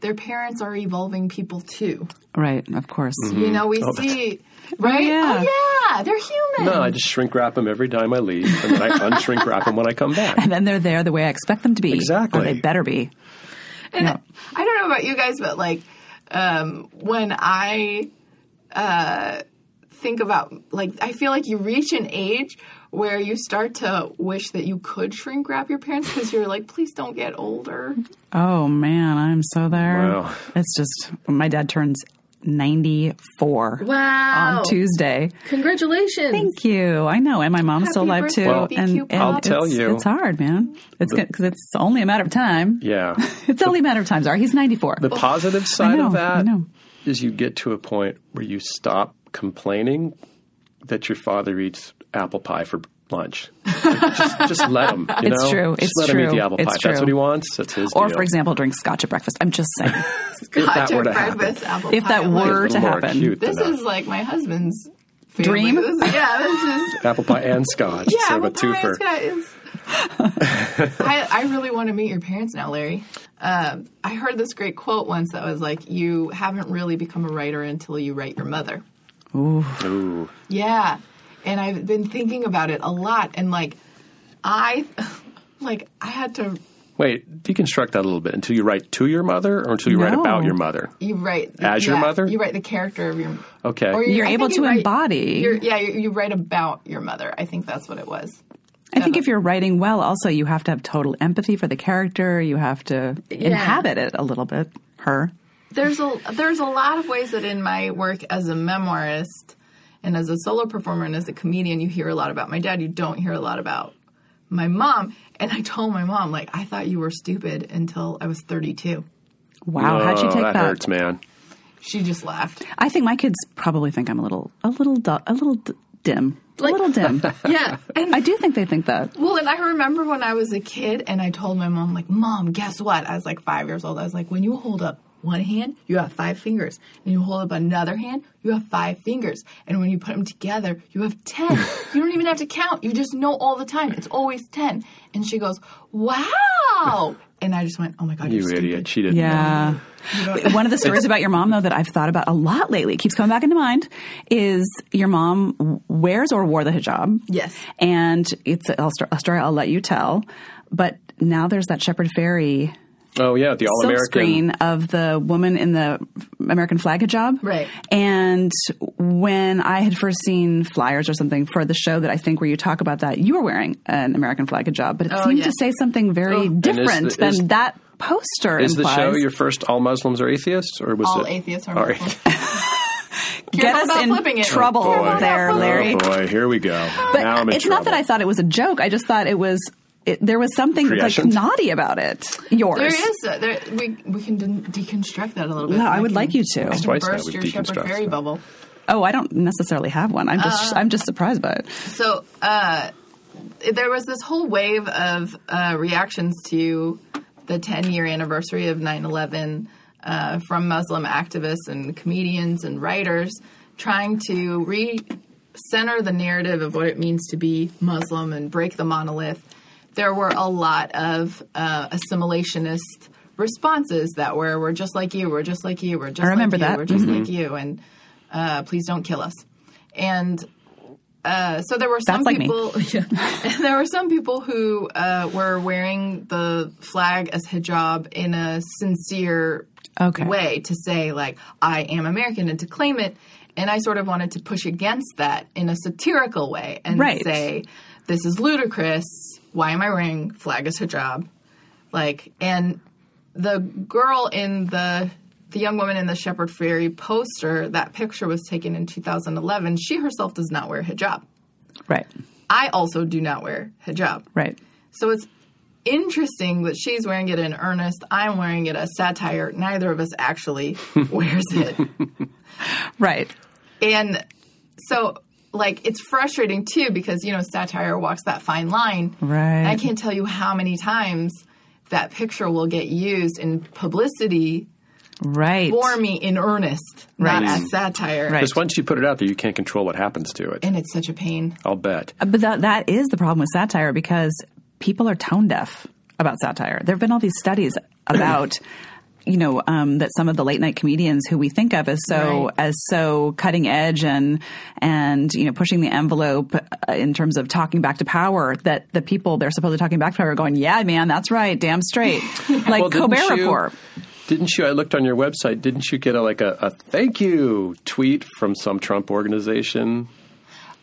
Speaker 3: their parents are evolving people too.
Speaker 2: Right, of course.
Speaker 1: Mm-hmm.
Speaker 3: You know, we
Speaker 1: Oh, that's-
Speaker 3: see, right?
Speaker 2: yeah.
Speaker 3: Oh, yeah, they're human.
Speaker 1: No, I just shrink wrap them every time I leave, and then I unshrink wrap them when I come back.
Speaker 2: And then they're there the way I expect them to be.
Speaker 1: Exactly.
Speaker 2: Or they better be.
Speaker 3: And
Speaker 2: Yeah.
Speaker 3: I don't know about you guys, but like um, when I uh, think about like I feel like you reach an age where you start to wish that you could shrink wrap your parents because you're like, please don't get older.
Speaker 2: Oh man, I'm so there.
Speaker 1: Wow.
Speaker 2: It's just my dad turns 94
Speaker 3: Wow!
Speaker 2: on Tuesday.
Speaker 3: Congratulations.
Speaker 2: Thank you. I know, and my mom's still
Speaker 3: Happy
Speaker 2: alive too.
Speaker 3: birthday,
Speaker 2: and,
Speaker 3: BQ
Speaker 2: and
Speaker 3: I'll
Speaker 2: it's-
Speaker 1: tell you.
Speaker 2: it's hard, man. It's because it's only a matter of time.
Speaker 1: Yeah.
Speaker 2: It's only a matter of time. Sorry, he's 94.
Speaker 1: The positive side
Speaker 2: know,
Speaker 1: of
Speaker 2: I
Speaker 1: that
Speaker 2: know.
Speaker 1: is you get to a point where you stop complaining that your father eats apple pie for lunch. just, just let him. You
Speaker 2: It's
Speaker 1: know?
Speaker 2: true.
Speaker 1: Just
Speaker 2: It's
Speaker 1: let him eat
Speaker 2: true.
Speaker 1: the apple pie.
Speaker 2: It's
Speaker 1: If That's
Speaker 2: true.
Speaker 1: what he wants. That's his
Speaker 2: or,
Speaker 1: deal.
Speaker 2: for example, drink scotch at breakfast. I'm just saying.
Speaker 1: if that
Speaker 3: Gotcha,
Speaker 1: were to happen.
Speaker 3: breakfast apple
Speaker 2: If
Speaker 3: pie.
Speaker 2: that
Speaker 3: I'm like,
Speaker 2: were
Speaker 1: It's a
Speaker 2: to
Speaker 1: little more
Speaker 2: happen.
Speaker 1: cute
Speaker 3: this
Speaker 1: than
Speaker 3: is like my husband's family.
Speaker 2: Dream?
Speaker 3: This is- yeah, this is
Speaker 1: a- apple pie and scotch.
Speaker 3: yeah.
Speaker 1: sort
Speaker 3: apple
Speaker 1: of a
Speaker 3: pie
Speaker 1: twofer.
Speaker 3: is good. I, I really want to meet your parents now, Larry. Um, I heard this great quote once that was like, "You haven't really become a writer until you write your mother."
Speaker 1: Ooh.
Speaker 3: Yeah, and I've been thinking about it a lot, and like, I, like, I had to
Speaker 1: Wait, deconstruct that a little bit. Until you write to your mother or until you write
Speaker 2: No.
Speaker 1: about your mother?
Speaker 3: you write
Speaker 1: As your
Speaker 3: yeah,
Speaker 1: mother?
Speaker 3: You write the character of your.
Speaker 1: Okay.
Speaker 3: Or
Speaker 2: You're
Speaker 3: I
Speaker 2: able
Speaker 3: think
Speaker 2: to
Speaker 3: you write-
Speaker 2: embody.
Speaker 3: You're, yeah, you, you write about your mother. I think that's what it was.
Speaker 2: I think if you're writing well, also you have to have total empathy for the character. You have to inhabit it a little bit. Her.
Speaker 3: there's a there's a lot of ways that in my work as a memoirist and as a solo performer and as a comedian you hear a lot about my dad you don't hear a lot about my mom and i told my mom like i thought you were stupid until i was 32
Speaker 2: Wow, how'd you
Speaker 1: Oh,
Speaker 2: take that?
Speaker 1: that hurts, man.
Speaker 3: she just laughed
Speaker 2: I think my kids probably think I'm a little, a little, du- a little d- dim,
Speaker 3: Like-
Speaker 2: a little dim.
Speaker 3: yeah and
Speaker 2: I do think they think that.
Speaker 3: well and i remember when i was a kid and i told my mom like mom guess what i was like five years old i was like when you hold up one hand you have five fingers and you hold up another hand you have five fingers and when you put them together you have ten you don't even have to count you just know all the time it's always ten and she goes wow and i just went oh my god
Speaker 1: You
Speaker 3: you're
Speaker 1: idiot.
Speaker 3: stupid.
Speaker 1: She didn't.
Speaker 2: Yeah. One of the stories about your mom, though, that I've thought about a lot lately, keeps coming back into mind, is your mom w- wears or wore the hijab.
Speaker 3: Yes.
Speaker 2: And it's a, a story I'll let you tell. But now there's that Shepherd Ferry
Speaker 1: Oh, yeah. The All American.
Speaker 2: silkscreen of the woman in the American flag hijab.
Speaker 3: Right.
Speaker 2: And when I had first seen flyers or something for the show that I think where you talk about that, you were wearing an American flag hijab, but it
Speaker 3: Oh,
Speaker 2: seemed
Speaker 3: yeah. Oh.
Speaker 2: to say something very different
Speaker 1: the- is-
Speaker 2: than that poster
Speaker 1: Is the
Speaker 2: implies.
Speaker 1: show your first All Muslims are Atheists? Or was
Speaker 3: all
Speaker 1: it?
Speaker 3: atheists are
Speaker 1: All
Speaker 3: Muslims.
Speaker 2: Get
Speaker 3: Careful
Speaker 2: us
Speaker 3: about
Speaker 2: in
Speaker 3: flipping it.
Speaker 2: trouble
Speaker 3: Careful about
Speaker 2: there,
Speaker 3: flipping it.
Speaker 2: Larry.
Speaker 1: Oh boy, here we go.
Speaker 2: But
Speaker 1: now I'm in
Speaker 2: it's not that I
Speaker 1: trouble.
Speaker 2: thought it was a joke. I just thought it was. It, there was something like
Speaker 1: Creations?
Speaker 2: naughty about it. Yours.
Speaker 3: There is a, there, we we can de- deconstruct that a little bit.
Speaker 2: Yeah, I
Speaker 3: We
Speaker 2: would
Speaker 3: can-
Speaker 2: like you to.
Speaker 3: we can
Speaker 1: Twice now
Speaker 3: burst
Speaker 1: we've
Speaker 3: your
Speaker 1: deconstructed
Speaker 3: Shepherd Fairy
Speaker 1: that.
Speaker 3: bubble.
Speaker 2: Oh, I don't necessarily have one. I'm
Speaker 3: Uh.
Speaker 2: just. I'm just surprised by it.
Speaker 3: So uh, there was this whole wave of uh, reactions to the 10 year anniversary of 9 11 uh, from Muslim activists and comedians and writers trying to re center the narrative of what it means to be Muslim and break the monolith. There were a lot of uh, assimilationist responses that were, we're just like you, we're just like you, we're just
Speaker 2: remember
Speaker 3: like
Speaker 2: that. Mm-hmm.
Speaker 3: you, we're just like you, and uh, please don't kill us. And uh, so there were some
Speaker 2: That's like me.
Speaker 3: people. Yeah. there were some people who uh, were wearing the flag as hijab in a sincere
Speaker 2: Okay.
Speaker 3: way to say like I am American and to claim it. And I sort of wanted to push against that in a satirical way and
Speaker 2: Right.
Speaker 3: say this is ludicrous. Why am I wearing flag as hijab? Like and the girl in the the young woman in the Shepherd Fairy poster, that picture was taken in 2011. She herself does not wear hijab.
Speaker 2: Right.
Speaker 3: I also do not wear hijab.
Speaker 2: Right.
Speaker 3: So it's interesting that she's wearing it in earnest. I'm wearing it as satire. Neither of us actually wears it.
Speaker 2: Right.
Speaker 3: And so, like, it's frustrating too because, you know, satire walks that fine line.
Speaker 2: Right.
Speaker 3: And I can't tell you how many times that picture will get used in publicity
Speaker 2: Right.
Speaker 3: for me in earnest, not as satire.
Speaker 2: Right.
Speaker 1: Because once you put it out there, you can't control what happens to it.
Speaker 3: And it's such a pain.
Speaker 1: I'll bet.
Speaker 2: But that, that is the problem with satire because people are tone deaf about satire. There have been all these studies about, you know, um, that some of the late night comedians who we think of as so
Speaker 3: Right.
Speaker 2: as so cutting edge and and you know pushing the envelope uh, in terms of talking back to power that the people they're supposedly talking back to power are going, yeah, man, that's right, damn straight, like
Speaker 1: Well, didn't
Speaker 2: Colbert
Speaker 1: you-
Speaker 2: Report.
Speaker 1: Didn't you? I looked on your website. Didn't you get a, like a, a thank you tweet from some Trump organization?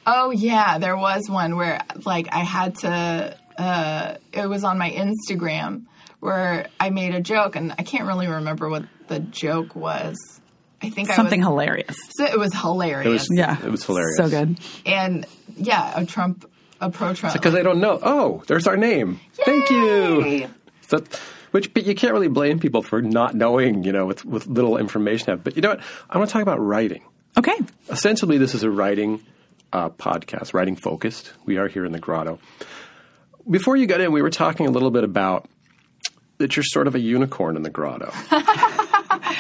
Speaker 3: Oh yeah, there was one where like I had to. Uh, it was on my Instagram where I made a joke, and I can't really remember what the joke was. I think
Speaker 2: Something
Speaker 3: I was,
Speaker 2: hilarious.
Speaker 3: it was hilarious.
Speaker 1: It was
Speaker 2: Yeah.
Speaker 1: It was hilarious.
Speaker 2: So good.
Speaker 3: and yeah, a Trump, a pro Trump.
Speaker 1: because they don't know. Oh, there's our name. Thank you.
Speaker 3: Yay!
Speaker 1: So, which, but you can't really blame people for not knowing, you know, with, with little information. But you know what? I want to talk about writing.
Speaker 2: Okay.
Speaker 1: Essentially, this is a writing uh, podcast, writing focused. We are here in the grotto. Before you got in, we were talking a little bit about that you're sort of a unicorn in the grotto.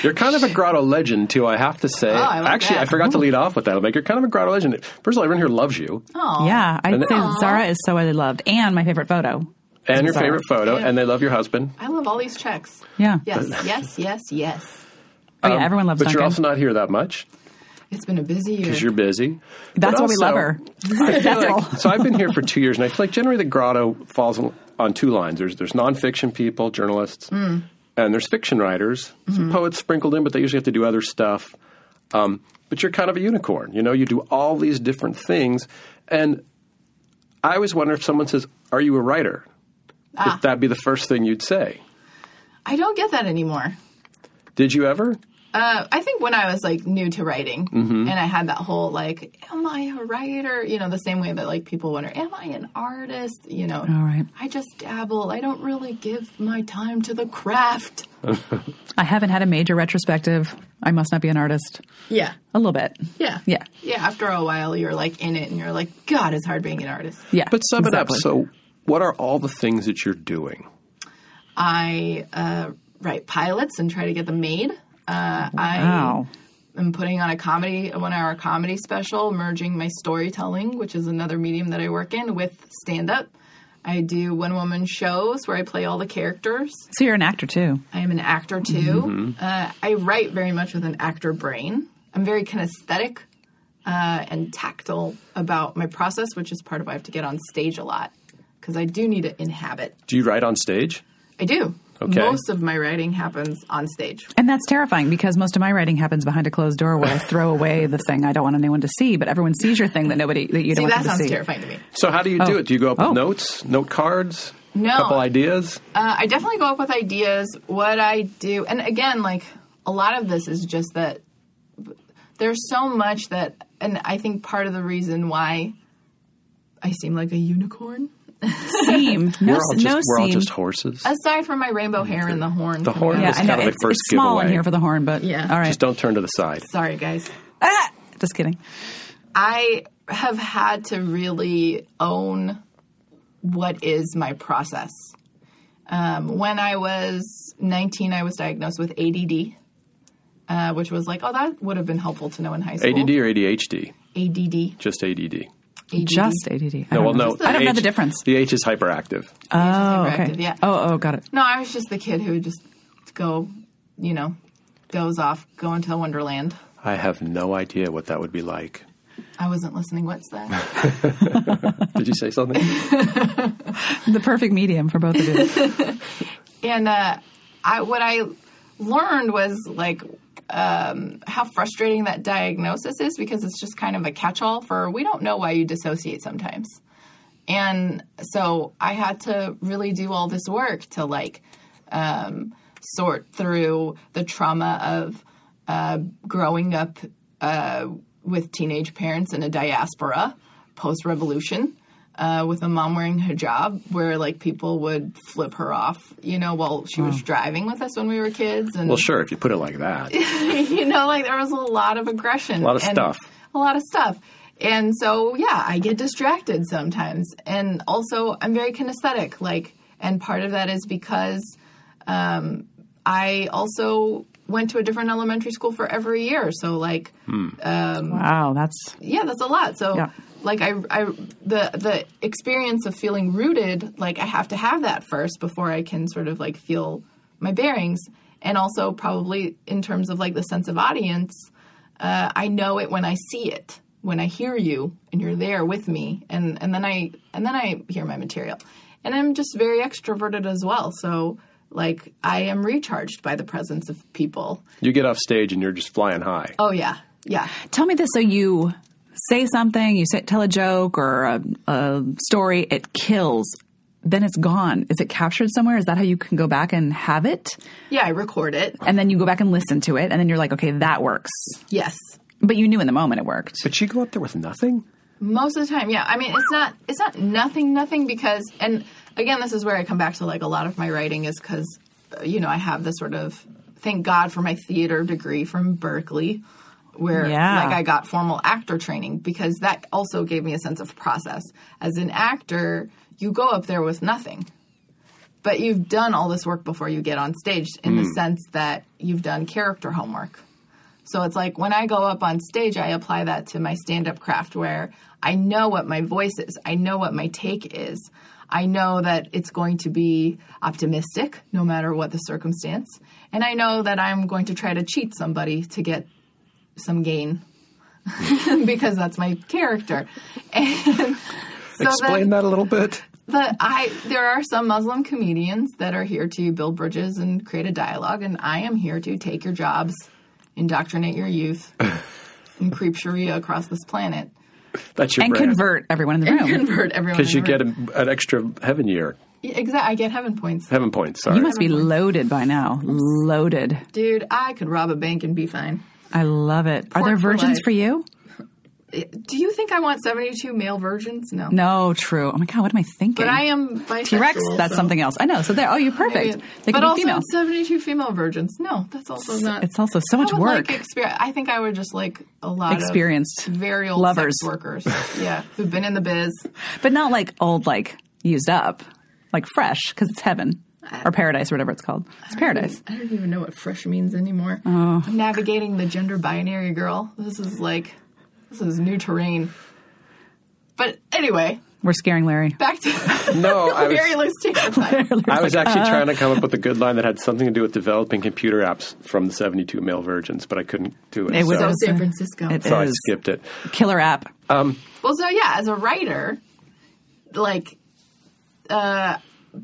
Speaker 1: you're kind of a grotto legend, too, I have to say.
Speaker 3: Oh, I like
Speaker 1: Actually,
Speaker 3: that. Mm-hmm.
Speaker 1: I forgot to lead off with that. I'm like, you're kind of a grotto legend. First of all, everyone here loves you.
Speaker 3: oh,
Speaker 2: Yeah, I'd
Speaker 1: And
Speaker 2: say
Speaker 1: then-
Speaker 2: Zara is so I loved, and my favorite photo.
Speaker 1: and your
Speaker 2: Sorry.
Speaker 1: favorite photo, and they love your husband.
Speaker 3: I love all these checks.
Speaker 2: Yeah.
Speaker 3: Yes, yes, yes, yes.
Speaker 2: Oh, yeah, everyone loves
Speaker 1: Um, But you're
Speaker 2: Duncan.
Speaker 1: also not here that much
Speaker 3: It's been a busy year.
Speaker 1: because you're busy.
Speaker 2: That's
Speaker 1: But
Speaker 2: why we
Speaker 1: also-
Speaker 2: love her. Successful.
Speaker 1: So I've been here for two years, and I feel like generally the grotto falls on, on two lines. There's there's nonfiction people, journalists,
Speaker 2: Hmm.
Speaker 1: and there's fiction writers,
Speaker 2: Mm-hmm.
Speaker 1: some poets sprinkled in, but they usually have to do other stuff. Um, but you're kind of a unicorn. You know, you do all these different things, and I always wonder if someone says, "Are you a writer?"
Speaker 2: Ah.
Speaker 1: If that'd be the first thing you'd say.
Speaker 3: I don't get that anymore.
Speaker 1: Did you ever?
Speaker 3: Uh, I think when I was like new to writing, and I had that whole like, "Am I a writer?" You know, the same way that like people wonder, "Am I an artist?" You know,
Speaker 2: All right.
Speaker 3: I just dabble. I don't really give my time to the craft.
Speaker 2: I haven't had a major retrospective. I must not be an artist.
Speaker 3: Yeah,
Speaker 2: A little bit.
Speaker 3: yeah,
Speaker 2: Yeah.
Speaker 3: yeah. After a while, you're like in it, and you're like, "God, it's hard being an artist."
Speaker 2: Yeah.
Speaker 1: But sum
Speaker 2: exactly.
Speaker 1: it up. So, what are all the things that you're doing?
Speaker 3: I uh, write pilots and try to get them made. Uh, I
Speaker 2: wow.
Speaker 3: am putting on a comedy, a one-hour comedy special, merging my storytelling, which is another medium that I work in, with stand-up. I do one-woman shows where I play all the characters.
Speaker 2: So you're an actor too.
Speaker 3: I am an actor too.
Speaker 2: Mm-hmm.
Speaker 3: Uh, I write very much with an actor brain. I'm very kinesthetic uh, and tactile about my process, which is part of why I have to get on stage a lot because I do need to inhabit.
Speaker 1: Do you write on stage?
Speaker 3: I do.
Speaker 1: Okay.
Speaker 3: Most of my writing happens on stage.
Speaker 2: And that's terrifying because most of my writing happens behind a closed door where I throw away the thing I don't want anyone to see, but everyone sees your thing that nobody that you
Speaker 3: See,
Speaker 2: don't
Speaker 3: that
Speaker 2: want them
Speaker 3: sounds
Speaker 2: to see.
Speaker 3: terrifying to me.
Speaker 1: So how do you do it? Do you go up
Speaker 2: Oh.
Speaker 1: with notes, note cards,
Speaker 3: No.
Speaker 1: couple ideas?
Speaker 3: Uh, I definitely go up with ideas. What I do, and again, like a lot of this is just that there's so much that, and I think part of the reason why I seem like a unicorn,
Speaker 2: Seam. No,
Speaker 1: we're
Speaker 2: s-
Speaker 1: all just,
Speaker 2: no
Speaker 1: we're all
Speaker 2: seam.
Speaker 1: just horses.
Speaker 3: aside from my rainbow hair and the horn,
Speaker 1: The horn
Speaker 2: yeah,
Speaker 1: is
Speaker 2: I know.
Speaker 1: kind of the
Speaker 2: it's,
Speaker 1: first
Speaker 2: it's small in
Speaker 1: giveaway.
Speaker 2: here for the horn, but
Speaker 3: Yeah.
Speaker 2: all right.
Speaker 1: Just don't turn to the side.
Speaker 3: Sorry, guys.
Speaker 2: Ah! Just kidding.
Speaker 3: I have had to really own what is my process. Um, when I was 19, I was diagnosed with ADD, uh, which was like, oh, that would have been helpful to know in high school.
Speaker 1: ADD or ADHD?
Speaker 3: ADD.
Speaker 1: Just ADD.
Speaker 3: ADD.
Speaker 2: Just ADD. I
Speaker 1: No,
Speaker 2: don't
Speaker 1: well,
Speaker 2: know.
Speaker 1: no.
Speaker 2: I don't know
Speaker 1: H-
Speaker 2: the difference.
Speaker 1: The H is hyperactive.
Speaker 2: Oh, okay.
Speaker 3: hyperactive, yeah.
Speaker 2: Oh, oh, got it.
Speaker 3: No, I was just the kid who would just go, you know, goes off, go into Wonderland.
Speaker 1: I have no idea what that would be like.
Speaker 3: I wasn't listening. What's that?
Speaker 1: Did you say something?
Speaker 2: The perfect medium for both of you.
Speaker 3: and uh, I, what I learned was like um, how frustrating that diagnosis is because it's just kind of a catch-all for we don't know why you dissociate sometimes. And so I had to really do all this work to like um, sort through the trauma of uh, growing up uh, with teenage parents in a diaspora post revolution uh, with a mom wearing hijab, where like people would flip her off, you know, while she was driving with us when we were kids. And
Speaker 1: Well, sure, if you put it like that.
Speaker 3: you know, like there was a lot of aggression, a
Speaker 1: lot of stuff.
Speaker 3: a lot of stuff. And so, yeah, I get distracted sometimes, and also I'm very kinesthetic. Like, and part of that is because um, I also went to a different elementary school for every year. So, like,
Speaker 2: Wow, that's
Speaker 3: yeah, that's a lot. So,
Speaker 2: Yeah.
Speaker 3: like, I, I, the the experience of feeling rooted, like, I have to have that first before I can sort of like feel my bearings, and also probably in terms of like the sense of audience, uh, I know it when I see it, when I hear you, and you're there with me, and and then I and then I hear my material, and I'm just very extroverted as well. So, like, I am recharged by the presence of people.
Speaker 1: You get off stage and you're just flying high.
Speaker 3: Oh yeah, yeah.
Speaker 2: Tell me this. So you say something, you say, tell a joke or a, a story, it kills, then it's gone. Is it captured somewhere? Is that how you can go back and have it?
Speaker 3: Yeah, I record it.
Speaker 2: And then you go back and listen to it, and then you're like, okay, that works.
Speaker 3: Yes.
Speaker 2: But you knew in the moment it worked.
Speaker 1: Did she go up there with nothing?
Speaker 3: most of the time yeah i mean it's not it's not nothing nothing because and again this is where i come back to like a lot of my writing is because you know i have this sort of thank god for my theater degree from berkeley where
Speaker 2: Yeah.
Speaker 3: like i got formal actor training because that also gave me a sense of process as an actor you go up there with nothing but you've done all this work before you get on stage in the sense that you've done character homework so it's like when I go up on stage, I apply that to my stand up craft where I know what my voice is, I know what my take is. I know that it's going to be optimistic no matter what the circumstance. And I know that I'm going to try to cheat somebody to get some gain because that's my character. And so then-
Speaker 1: Explain that a little bit.
Speaker 3: but I there are some Muslim comedians that are here to build bridges and create a dialogue, and I am here to take your jobs, indoctrinate your youth, and creep Sharia across this planet,
Speaker 1: That's your
Speaker 2: And
Speaker 1: brand.
Speaker 2: convert everyone in the room.
Speaker 3: convert everyone.
Speaker 1: Because you get a, an extra heaven year,
Speaker 3: exactly. I get heaven points,
Speaker 1: heaven points. Sorry.
Speaker 2: You must be loaded by now. Loaded.
Speaker 3: dude. I could rob a bank and be fine.
Speaker 2: I love it. Are
Speaker 3: Pork
Speaker 2: there
Speaker 3: for
Speaker 2: virgins
Speaker 3: life.
Speaker 2: for you?
Speaker 3: Do you think I want seventy-two male virgins? No,
Speaker 2: No, true. Oh my God, what am I thinking?
Speaker 3: But I am bisexual.
Speaker 2: T Rex, that's
Speaker 3: so-
Speaker 2: something else. I know. So there, oh, you're perfect. They
Speaker 3: but
Speaker 2: could be
Speaker 3: also
Speaker 2: female.
Speaker 3: seventy-two female virgins. No, that's also not.
Speaker 2: It's also so much
Speaker 3: I would
Speaker 2: work.
Speaker 3: Like exper- I think I would just like a lot of
Speaker 2: Experienced.
Speaker 3: very old
Speaker 2: Lovers.
Speaker 3: sex workers. yeah, who've been in the biz.
Speaker 2: but not like old, like used up, like fresh, because it's heaven or paradise or whatever it's called. It's paradise.
Speaker 3: I don't even know what fresh means anymore. Oh. I'm navigating the gender binary girl. This is like this is new terrain. But anyway,
Speaker 2: We're scaring Larry.
Speaker 3: back to
Speaker 1: no, I
Speaker 3: very
Speaker 1: was,
Speaker 3: loose stereotype.
Speaker 1: I was actually trying to come up with a good line that had something to do with developing computer apps from the 72 male virgins, but I couldn't do it.
Speaker 2: It was
Speaker 1: so,
Speaker 3: So
Speaker 2: also-
Speaker 3: San Francisco.
Speaker 2: It
Speaker 1: so I
Speaker 2: is.
Speaker 1: skipped it.
Speaker 2: Killer app.
Speaker 3: Well, so yeah, as a writer, like, uh,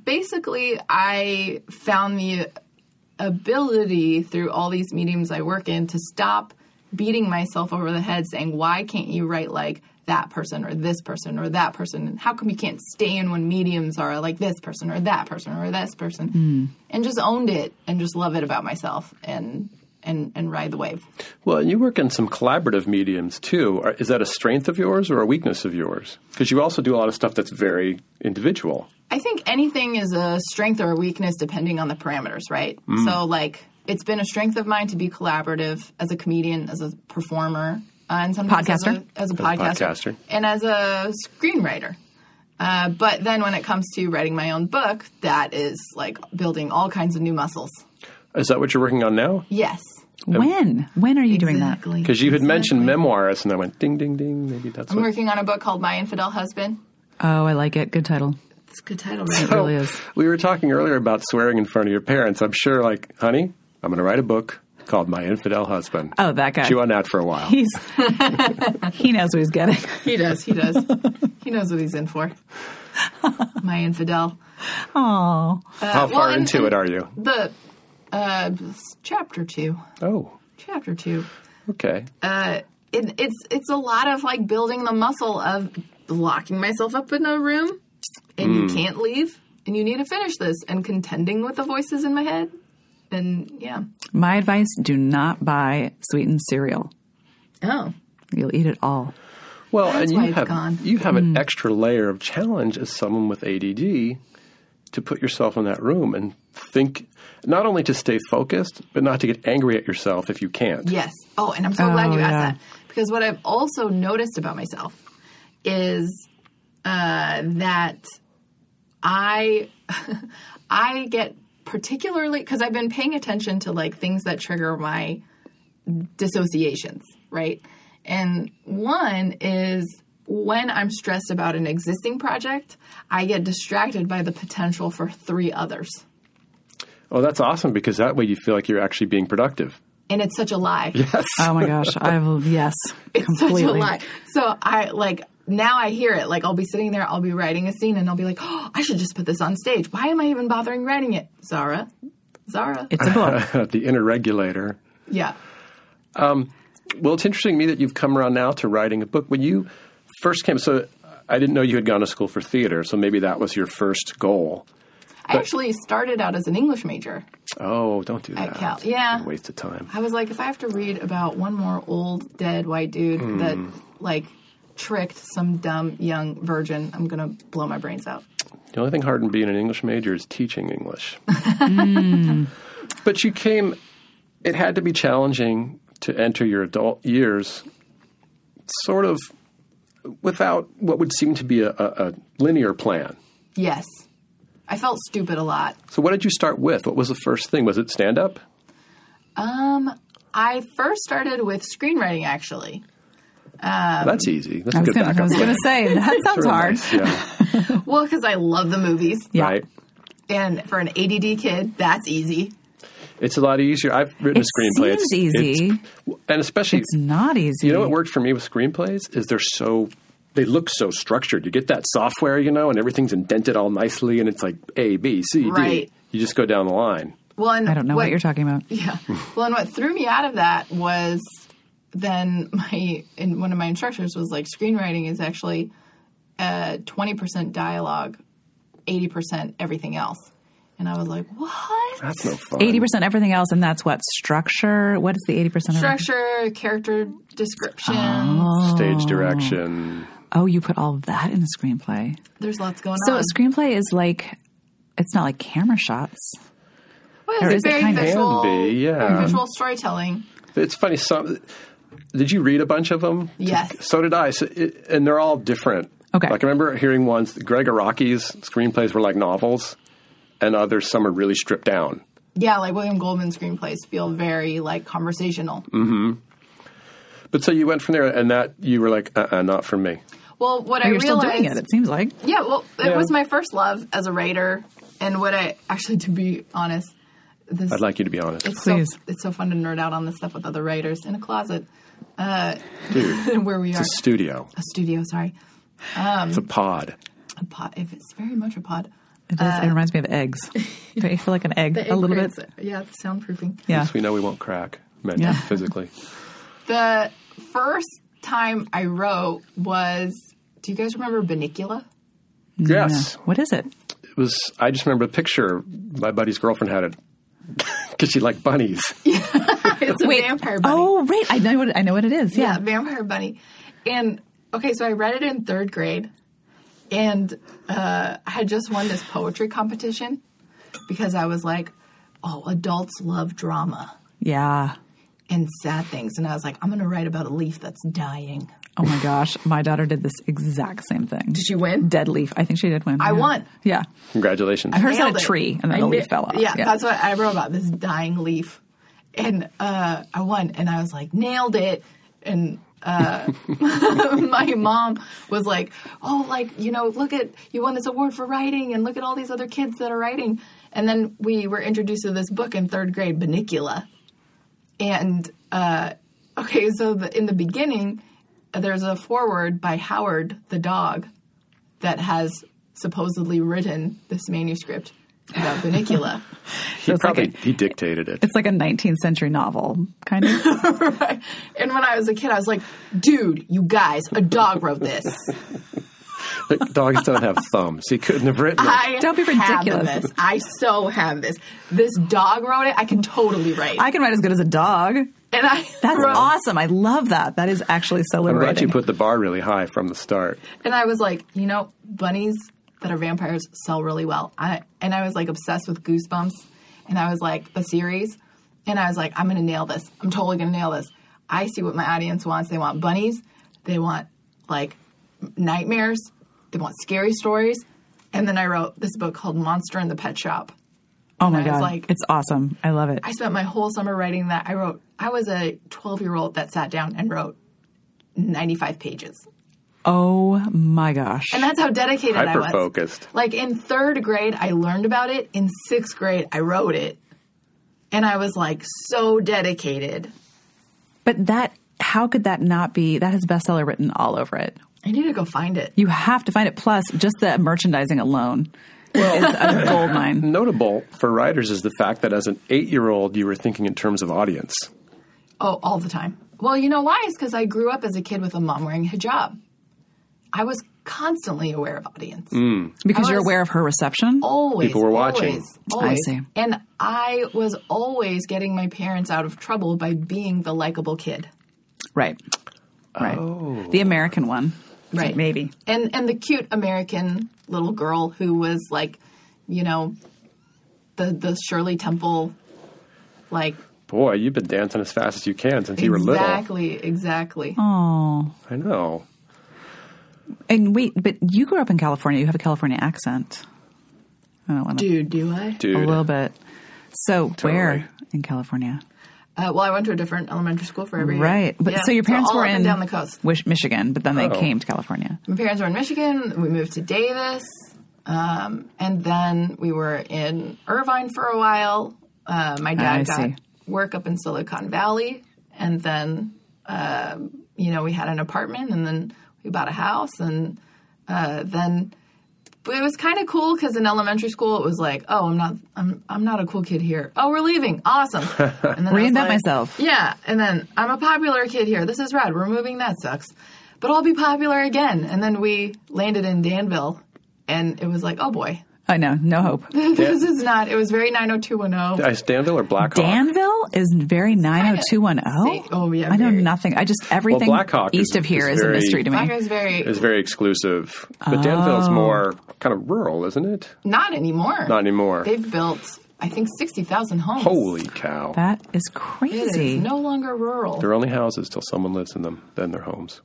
Speaker 3: basically, I found the ability through all these mediums I work in to stop beating myself over the head saying, why can't you write like that person or this person or that person? And how come you can't stay in when mediums are like this person or that person or this person? And just owned it and just love it about myself. And and, and ride the wave.
Speaker 1: Well, and you work in some collaborative mediums too. Are- Is that a strength of yours or a weakness of yours? Because you also do a lot of stuff that's very individual.
Speaker 3: I think anything is a strength or a weakness depending on the parameters, right? So, like, it's been a strength of mine to be collaborative as a comedian, as a performer, uh, and sometimes
Speaker 2: Podcaster.
Speaker 3: as a, as a podcaster,
Speaker 1: podcaster.
Speaker 3: and as a screenwriter. Uh, but then when it comes to writing my own book, that is like building all kinds of new muscles.
Speaker 1: Is that what you're working on now?
Speaker 3: Yes,
Speaker 1: Oh.
Speaker 2: When? When are you doing that?
Speaker 3: exactly.
Speaker 1: Because you had mentioned memoirs, and I went ding, ding, ding. Maybe that's
Speaker 3: I'm
Speaker 1: what.
Speaker 3: working on a book called My Infidel Husband.
Speaker 2: Oh, I like it. Good title.
Speaker 3: It's a good title, right?
Speaker 1: Oh.
Speaker 2: It really is.
Speaker 1: We were talking earlier about swearing in front of your parents. I'm sure, like, honey, I'm going to write a book called My Infidel Husband.
Speaker 2: Oh, that guy.
Speaker 1: Chew on that for a while.
Speaker 2: He's he knows what he's getting.
Speaker 3: He does. He does. he knows what he's in for. My infidel.
Speaker 2: Oh,
Speaker 1: How far
Speaker 3: well, and-
Speaker 1: into
Speaker 3: and-
Speaker 1: it are you?
Speaker 3: The uh, chapter two.
Speaker 1: Oh,
Speaker 3: Chapter two.
Speaker 1: okay.
Speaker 3: Uh, it, it's it's a lot of like building the muscle of locking myself up in a room, and you can't leave, and you need to finish this, and contending with the voices in my head, and yeah.
Speaker 2: my advice: do not buy sweetened cereal.
Speaker 3: Oh.
Speaker 2: You'll eat it all.
Speaker 1: Well,
Speaker 3: That's
Speaker 1: and
Speaker 3: why
Speaker 1: you
Speaker 3: it's
Speaker 1: have
Speaker 3: gone. Mm.
Speaker 1: you have an extra layer of challenge as someone with ADD to put yourself in that room and think not only to stay focused, but not to get angry at yourself if you can't.
Speaker 3: Yes. Oh, and I'm so
Speaker 2: Oh,
Speaker 3: glad you asked
Speaker 2: yeah.
Speaker 3: that because what I've also noticed about myself is uh, that I I get particularly because I've been paying attention to like things that trigger my dissociations, right? And one is when I'm stressed about an existing project, I get distracted by the potential for three others.
Speaker 1: Oh, that's awesome because that way you feel like you're actually being productive.
Speaker 3: And it's such a lie.
Speaker 2: Oh my gosh! I will. Yes,
Speaker 3: It's
Speaker 2: completely.
Speaker 3: such a lie. So I like now I hear it. Like I'll be sitting there, I'll be writing a scene, and I'll be like, "Oh, I should just put this on stage. Why am I even bothering writing it, Zara? Zara?
Speaker 2: It's a book.
Speaker 1: the inner regulator.
Speaker 3: yeah,
Speaker 1: Well, it's interesting to me that you've come around now to writing a book. When you first came, so I didn't know you had gone to school for theater, so maybe that was your first goal.
Speaker 3: I actually started out as an English major.
Speaker 1: Oh, don't do that.
Speaker 3: Cal- yeah.
Speaker 1: It's a waste of time.
Speaker 3: I was like, if I have to read about one more old dead white dude that like tricked some dumb young virgin, I'm gonna blow my brains out.
Speaker 1: The only thing hard in being an English major is teaching English.
Speaker 2: Hmm.
Speaker 1: But you came, it had to be challenging to enter your adult years sort of without what would seem to be a, a, a linear plan.
Speaker 3: Yes, I felt stupid a lot.
Speaker 1: So, what did you start with? What was the first thing? Was it stand up?
Speaker 3: I first started with screenwriting actually.
Speaker 1: That's easy. That's a
Speaker 2: Um, I was
Speaker 1: good
Speaker 2: gonna, I
Speaker 1: backup.
Speaker 2: was gonna say that sounds
Speaker 1: Sort of
Speaker 2: hard.
Speaker 1: nice, yeah.
Speaker 3: Well, because I love the movies.
Speaker 2: Yeah.
Speaker 1: Right.
Speaker 3: And for an ADD kid, that's easy.
Speaker 1: It's a lot easier. I've written
Speaker 2: It
Speaker 1: a screenplay.
Speaker 2: seems easy.
Speaker 1: and especially
Speaker 2: It's not easy.
Speaker 1: You know what
Speaker 3: Mm.
Speaker 1: worked for me with screenplays is they're so they look so structured. You get that software, you know, and everything's indented all nicely, and it's like A, B, C, D.
Speaker 3: Right.
Speaker 1: You just go down the line.
Speaker 3: Well, and
Speaker 2: I don't know what, you're talking about.
Speaker 3: Yeah. Well, and what threw me out of that was then my and one of my instructors was like, screenwriting is actually twenty percent dialogue, eighty percent everything else. And I was like, what?
Speaker 1: That's no fun.
Speaker 2: Eighty percent everything else, and that's what structure. What is the eighty percent?
Speaker 3: Structure, character description.
Speaker 1: stage direction.
Speaker 2: Oh, you put all that in the screenplay.
Speaker 3: There's lots going
Speaker 2: So
Speaker 3: on.
Speaker 2: a screenplay is like, it's not like camera shots.
Speaker 3: Well,
Speaker 2: there
Speaker 3: it's
Speaker 2: is a
Speaker 3: very
Speaker 2: kind of-
Speaker 3: visual,
Speaker 1: Can be, yeah.
Speaker 3: very visual storytelling.
Speaker 1: It's funny. Some did you read a bunch of them?
Speaker 3: Yes.
Speaker 1: So did I. So it, and they're all different.
Speaker 2: Okay.
Speaker 1: Like I remember hearing ones. Greg Araki's screenplays were like novels, and others some are really stripped down.
Speaker 3: Yeah, like William Goldman's screenplays feel very like conversational.
Speaker 1: Mm. But so you went from there, and that you were like, uh, uh not for me.
Speaker 3: Well, what I
Speaker 2: You're still
Speaker 3: realized
Speaker 2: doing it. It seems like.
Speaker 3: Yeah, well, it
Speaker 1: Yeah.
Speaker 3: was my first love as a writer, and what I actually, to be honest, this
Speaker 1: I'd like you to be honest.
Speaker 3: it's so,
Speaker 2: Please.
Speaker 3: it's so fun to nerd out on this stuff with other writers in a closet
Speaker 1: Dude,
Speaker 3: where we are
Speaker 1: it's a studio.
Speaker 3: a studio. Sorry,
Speaker 1: It's a pod.
Speaker 3: a pod. If it's very much a pod,
Speaker 2: It, is,
Speaker 3: uh,
Speaker 2: it reminds me of eggs. Do you feel like an egg a little bit?
Speaker 3: Yeah, the soundproofing.
Speaker 2: Yeah.
Speaker 1: Yes, we know we won't crack mentally,
Speaker 2: Yeah.
Speaker 1: physically.
Speaker 3: The first time I wrote was. Do you guys remember Benicula?
Speaker 1: Yes,
Speaker 2: Yeah. What is it?
Speaker 1: it was. I just remember a picture. My buddy's girlfriend had it because she liked bunnies.
Speaker 3: It's a
Speaker 2: Wait.
Speaker 3: vampire bunny.
Speaker 2: Oh, right. I know what it- I know what it is.
Speaker 3: yeah.
Speaker 2: Yeah.
Speaker 3: vampire bunny. And okay, so I read it in third grade, and uh, I had just won this poetry competition because I was like, "Oh, adults love drama
Speaker 2: Yeah.
Speaker 3: and sad things," and I was like, "I'm going to write about a leaf that's dying."
Speaker 2: Oh my gosh, my daughter did this exact same thing.
Speaker 3: Did she win?
Speaker 2: Dead leaf. I think she did win.
Speaker 3: I
Speaker 2: yeah.
Speaker 3: won.
Speaker 2: Yeah.
Speaker 1: Congratulations.
Speaker 2: Hers had
Speaker 3: Nailed
Speaker 2: a
Speaker 3: it.
Speaker 2: tree, and then
Speaker 3: I
Speaker 2: the
Speaker 3: knew-
Speaker 2: leaf fell off.
Speaker 3: Yeah, that's what I wrote about this dying leaf, and uh, I won, and I was like, nailed it, and. Uh, my mom was like, "Oh, like you know, look at you won this award for writing, and look at all these other kids that are writing." And then we were introduced to this book in third grade, Banicula, and uh, okay, so the, in the beginning, there's a foreword by Howard the dog that has supposedly written this manuscript about Banicula.
Speaker 1: he
Speaker 2: it's like
Speaker 1: probably he dictated it.
Speaker 2: It's like a 19th century novel, kind of.
Speaker 3: and when I was a kid, I was like, dude, you guys, a dog wrote this.
Speaker 1: Dogs don't have thumbs. He couldn't have written it.
Speaker 3: I
Speaker 2: Don't be
Speaker 3: have
Speaker 2: ridiculous.
Speaker 3: This. I so have this. This dog wrote it. I can totally write.
Speaker 2: I can write as good as a dog.
Speaker 3: and I
Speaker 2: That's
Speaker 3: wrote-
Speaker 2: awesome. I love that. That is actually so
Speaker 1: I'm
Speaker 2: liberating.
Speaker 1: glad you put the bar really high from the start.
Speaker 3: And I was like, you know, bunnies that are vampires sell really well. I, and I was like obsessed with Goosebumps. And I was like, the series. And I was like, I'm going to nail this. I'm totally going to nail this. I see what my audience wants. They want bunnies. They want like nightmares. They want scary stories. And then I wrote this book called Monster in the Pet Shop.
Speaker 2: oh my
Speaker 3: I was
Speaker 2: god,
Speaker 3: like-
Speaker 2: it's awesome. I love it.
Speaker 3: I spent my whole summer writing that. I wrote, I was a 12 year old that sat down and wrote 95 pages.
Speaker 2: oh my gosh.
Speaker 3: And that's how dedicated I was.
Speaker 1: Hyper focused.
Speaker 3: Like in third grade, I learned about it. In sixth grade, I wrote it. And I was like so dedicated.
Speaker 2: but that how could that not be? That has bestseller written all over it.
Speaker 3: I need to go find it.
Speaker 2: You have to find it. Plus, just the merchandising alone is a gold mine.
Speaker 1: Notable for writers is the fact that as an eight year old, you were thinking in terms of audience.
Speaker 3: Oh, all the time. Well, you know why? It's because I grew up as a kid with a mom wearing hijab. I was constantly aware of audience.
Speaker 2: Because you're
Speaker 3: was-
Speaker 2: aware of her reception.
Speaker 3: Always.
Speaker 1: Mm. People were watching.
Speaker 3: Always, always.
Speaker 2: see.
Speaker 3: And I was always getting my parents out of trouble by being the likable kid.
Speaker 2: Right. Right.
Speaker 1: Oh.
Speaker 2: The American one.
Speaker 3: Right.
Speaker 2: Maybe.
Speaker 3: and and the cute American little girl who was like, you know, the the Shirley Temple, like
Speaker 1: Boy, you've been dancing as fast as you can since you were little.
Speaker 3: exactly, exactly.
Speaker 2: Oh.
Speaker 1: I know.
Speaker 2: And wait, but you grew up in California. You have a California accent. I don't want to.
Speaker 3: Dude, do I?
Speaker 1: Dude.
Speaker 2: A little bit. So
Speaker 1: Totally.
Speaker 2: where in California?
Speaker 3: Uh, well, I went to a different elementary school for every year.
Speaker 2: Right. But
Speaker 3: Yeah,
Speaker 2: so your parents
Speaker 3: all
Speaker 2: were
Speaker 3: up
Speaker 2: in
Speaker 3: and down the coast.
Speaker 2: Wish, Michigan, but then they
Speaker 1: Oh.
Speaker 2: came to California.
Speaker 3: My parents were in Michigan. We moved to Davis, um, and then we were in Irvine for a while. Uh, my dad
Speaker 2: I
Speaker 3: got
Speaker 2: see.
Speaker 3: work up in Silicon Valley, and then um, you know we had an apartment, and then we bought a house, and uh, then but it was kind of cool because in elementary school it was like, oh, I'm not, I'm, I'm not a cool kid here. Oh, we're leaving, awesome. And then I was
Speaker 2: Reinvent myself.
Speaker 3: Yeah, and then I'm a popular kid here. This is rad. We're moving. That sucks, but I'll be popular again. And then we landed in Danville, and it was like, oh boy,
Speaker 2: I know, no hope.
Speaker 3: this is not. It was very 90210.
Speaker 1: I Danville or Blackhawk?
Speaker 2: Danville is very nine hundred two one zero.
Speaker 3: See, oh, yeah,
Speaker 2: I know
Speaker 3: very.
Speaker 2: nothing. I just everything
Speaker 1: Black Hawk
Speaker 2: east
Speaker 1: is-
Speaker 2: of here
Speaker 1: is
Speaker 2: is, a
Speaker 1: very-
Speaker 2: mystery to me.
Speaker 3: Black is very
Speaker 1: It's very exclusive. But
Speaker 2: Oh.
Speaker 1: Danville's more kind of rural, isn't it?
Speaker 3: not anymore.
Speaker 1: Not anymore.
Speaker 3: They've built, I think, sixty thousand homes.
Speaker 1: Holy cow.
Speaker 2: That is
Speaker 3: It is
Speaker 2: crazy.
Speaker 3: no longer rural.
Speaker 1: They're only houses till someone lives in them, then they're homes.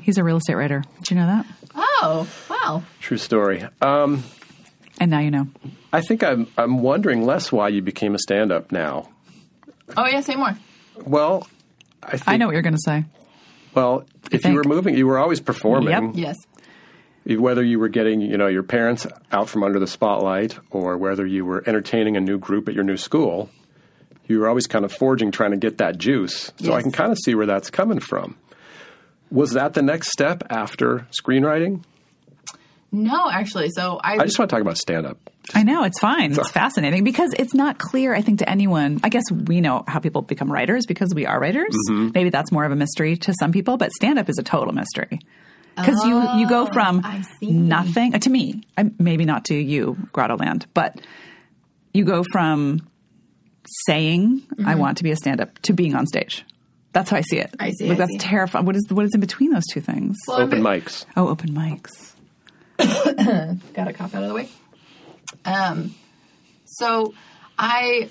Speaker 2: He's a real estate writer. Did you know that?
Speaker 3: Oh wow.
Speaker 1: True story. Um,
Speaker 2: And now you know.
Speaker 1: I think I'm, I'm wondering less why you became a stand up now.
Speaker 3: Oh yeah, say more.
Speaker 1: Well, I think.
Speaker 2: I know what you're going to say.
Speaker 1: Well, if you
Speaker 2: think.
Speaker 1: were moving, you were always performing.
Speaker 3: Yes.
Speaker 1: Whether you were getting, you know, your parents out from under the spotlight, or whether you were entertaining a new group at your new school, you were always kind of forging, trying to get that juice. So I
Speaker 3: Yes.
Speaker 1: can kind of see where that's coming from. Was that the next step after screenwriting?
Speaker 3: No, actually. So I,
Speaker 1: I just want to talk about stand up.
Speaker 2: I know it's fine. It's fascinating because it's not clear. I think to anyone. I guess we know how people become writers because we are writers.
Speaker 3: Mm-hmm.
Speaker 2: Maybe that's more of a mystery to some people, but stand up is a total mystery because you you go from
Speaker 3: Oh, I see.
Speaker 2: nothing uh, to me. I- Maybe not to you, Grottoland, but you go from saying I want to be a stand up to being on stage. That's how I see it.
Speaker 3: Mm-hmm. I see,
Speaker 2: Like,
Speaker 3: I
Speaker 2: that's
Speaker 3: see.
Speaker 2: terrifying. What is what is in between those two things?
Speaker 3: Well,
Speaker 1: Open
Speaker 3: but-
Speaker 1: mics.
Speaker 2: Oh, open mics.
Speaker 3: got a cough out of the way. Um, so I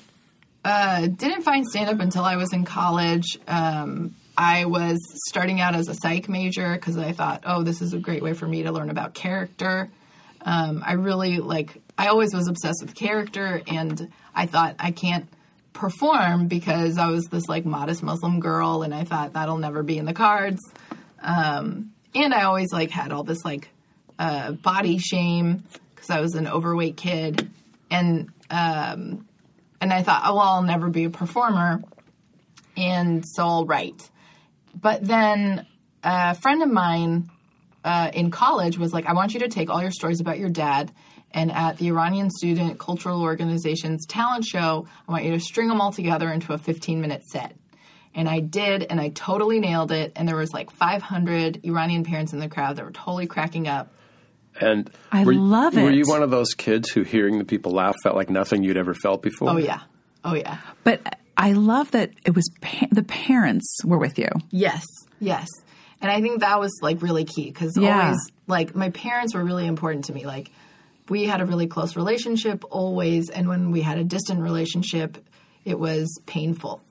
Speaker 3: uh, didn't find stand up until I was in college. Um, I was starting out as a psych major because I thought, oh, this is a great way for me to learn about character. Um, I really like, I always was obsessed with character, and I thought I can't perform because I was this like modest Muslim girl, and I thought that'll never be in the cards. Um, and I always like had all this like uh, body shame because I was an overweight kid, and um, and I thought, oh, well, I'll never be a performer, and so I'll write. But then a friend of mine uh, in college was like, I want you to take all your stories about your dad. And at the Iranian Student Cultural Organization's talent show, I want you to string them all together into a 15 minute set. And I did, and I totally nailed it. And there was like 500 Iranian parents in the crowd that were totally cracking up.
Speaker 1: And
Speaker 2: I
Speaker 1: were, you-
Speaker 2: love
Speaker 1: Were
Speaker 2: it.
Speaker 1: you one of those kids who, hearing the people laugh, felt like nothing you'd ever felt before?
Speaker 3: Oh, yeah. Oh, yeah.
Speaker 2: But I love that it was pa- the parents were with you.
Speaker 3: Yes, yes. And I think that was like really key because
Speaker 2: Yeah.
Speaker 3: always like my parents were really important to me. Like we had a really close relationship always, and when we had a distant relationship, it was painful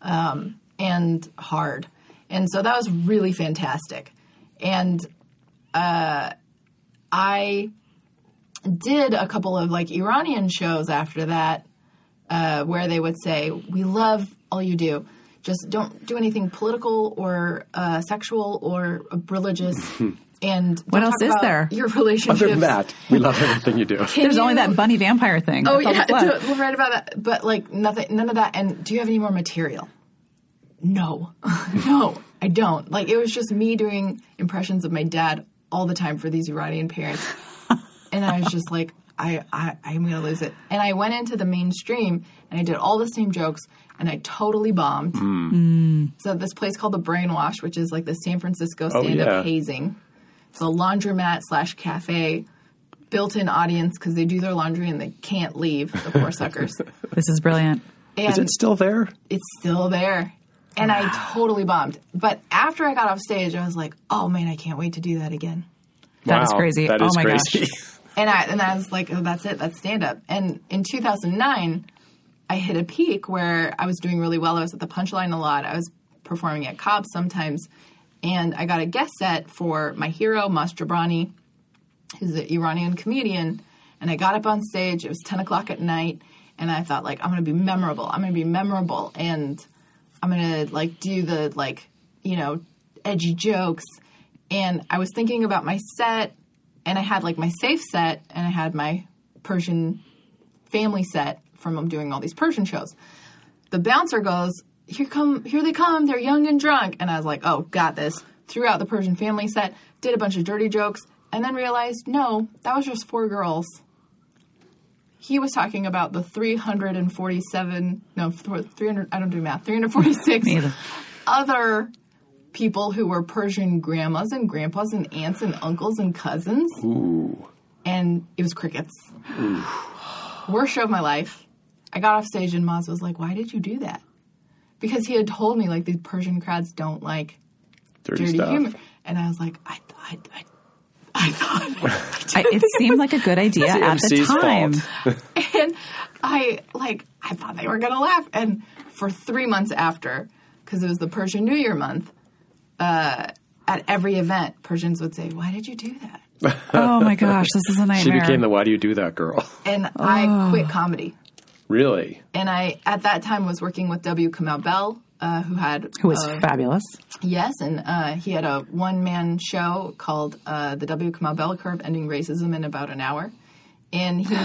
Speaker 3: um, and hard. And so that was really fantastic. And uh, I did a couple of like Iranian shows after that uh, where they would say, "We love all you do. Just don't do anything political or uh, sexual or religious." and don't
Speaker 2: What else
Speaker 3: talk
Speaker 2: is
Speaker 3: about
Speaker 2: there?
Speaker 3: Your relationships.
Speaker 1: Hmm. Other than that, we love everything you do.
Speaker 3: Can
Speaker 2: There's only
Speaker 3: you-
Speaker 2: that bunny vampire thing.
Speaker 3: Oh
Speaker 2: That's all
Speaker 3: yeah,
Speaker 2: that's left.
Speaker 3: do- we're right about that. But like nothing, none of that. And do you have any more material? No, no, I don't. Like it was just me doing impressions of my dad all the time for these Iranian parents, and I was just like, I, I, I'm gonna lose it. And I went into the mainstream and I did all the same jokes, and I totally bombed. So this place called the Brainwash, which is like the San Francisco stand-up
Speaker 1: yeah.
Speaker 3: hazing. It's a laundromat slash cafe, built-in audience because they do their laundry and they can't leave. The poor suckers.
Speaker 2: This is brilliant.
Speaker 3: And
Speaker 1: Is it still there?
Speaker 3: it's still there. And I totally bombed. But after I got off stage, I was like, oh man, I can't wait to do that again.
Speaker 2: That is
Speaker 1: Wow,
Speaker 2: crazy.
Speaker 1: That
Speaker 2: oh
Speaker 1: is
Speaker 2: my
Speaker 1: crazy.
Speaker 2: gosh.
Speaker 3: And I and I was like, oh, that's it, that's stand up. And in 2009, I hit a peak where I was doing really well. I was at the Punchline a lot. I was performing at Cobb sometimes, and I got a guest set for my hero Mas Jabrani, who's an Iranian comedian. And I got up on stage. It was 10 o'clock at night, and I thought like, I'm gonna be memorable. I'm gonna be memorable, and I'm gonna like do the like you know edgy jokes. And I was thinking about my set and I had like my safe set and I had my Persian family set from doing all these Persian shows. The bouncer goes, "Here come, here they come! They're young and drunk." And I was like, "Oh, got this." Threw out the Persian family set, did a bunch of dirty jokes, and then realized, no, that was just four girls. He was talking about the 347, no, 300, I don't do math, 346
Speaker 2: either.
Speaker 3: other people who were Persian grandmas and grandpas and aunts and uncles and cousins. And it was crickets. Worst show of my life. I got off stage and Maz was like, Why did you do that? Because he had told me, like, these Persian crowds don't like
Speaker 1: Dirty,
Speaker 3: dirty
Speaker 1: stuff.
Speaker 3: humor. And I was like, I, I, I, I thought.
Speaker 2: I, it seemed like a good idea at the
Speaker 1: CMC's
Speaker 2: time.
Speaker 1: fault.
Speaker 3: and I like I thought they were gonna laugh. And for three months after, because it was the Persian New Year month, uh, at every event, Persians would say, "Why did you do that?"
Speaker 2: Oh my gosh, this is a
Speaker 1: She
Speaker 2: nightmare.
Speaker 1: became the "Why do you do that, girl?"
Speaker 3: And I quit comedy.
Speaker 1: Really?
Speaker 3: And I at that time was working with W. Kamau Bell, uh, who had
Speaker 2: Who was
Speaker 3: uh,
Speaker 2: fabulous.
Speaker 3: Yes, and uh, he had a one man show called uh, The W. Kamau Bell Curve Ending Racism in About an Hour. And he.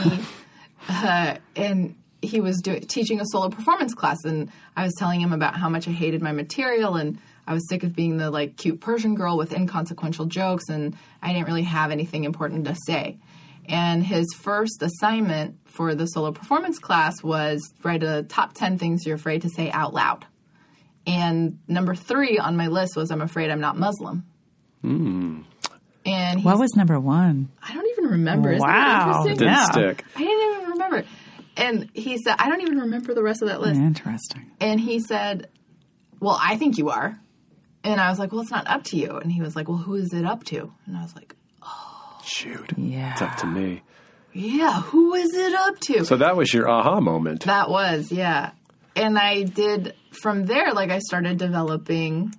Speaker 3: uh, and he was do- teaching a solo performance class and i was telling him about how much i hated my material and i was sick of being the like cute persian girl with inconsequential jokes and i didn't really have anything important to say and his first assignment for the solo performance class was write a top 10 things you're afraid to say out loud and number three on my list was i'm afraid i'm not muslim and he,
Speaker 2: What was number one?
Speaker 3: i don't even remember Isn't that
Speaker 2: Wow.
Speaker 3: interesting?
Speaker 1: Didn't
Speaker 2: Yeah.
Speaker 1: stick.
Speaker 3: I didn't even remember. And he said, I don't even remember the rest of that list.
Speaker 2: Interesting.
Speaker 3: And he said, Well, I think you are. And I was like, Well, it's not up to you. And he was like, Well, who is it up to? And I was like,
Speaker 1: Shoot.
Speaker 2: Yeah.
Speaker 1: It's up to me.
Speaker 3: Yeah, who is it up to?
Speaker 1: So that was your aha moment.
Speaker 3: that was, yeah. And I did from there, like, I started developing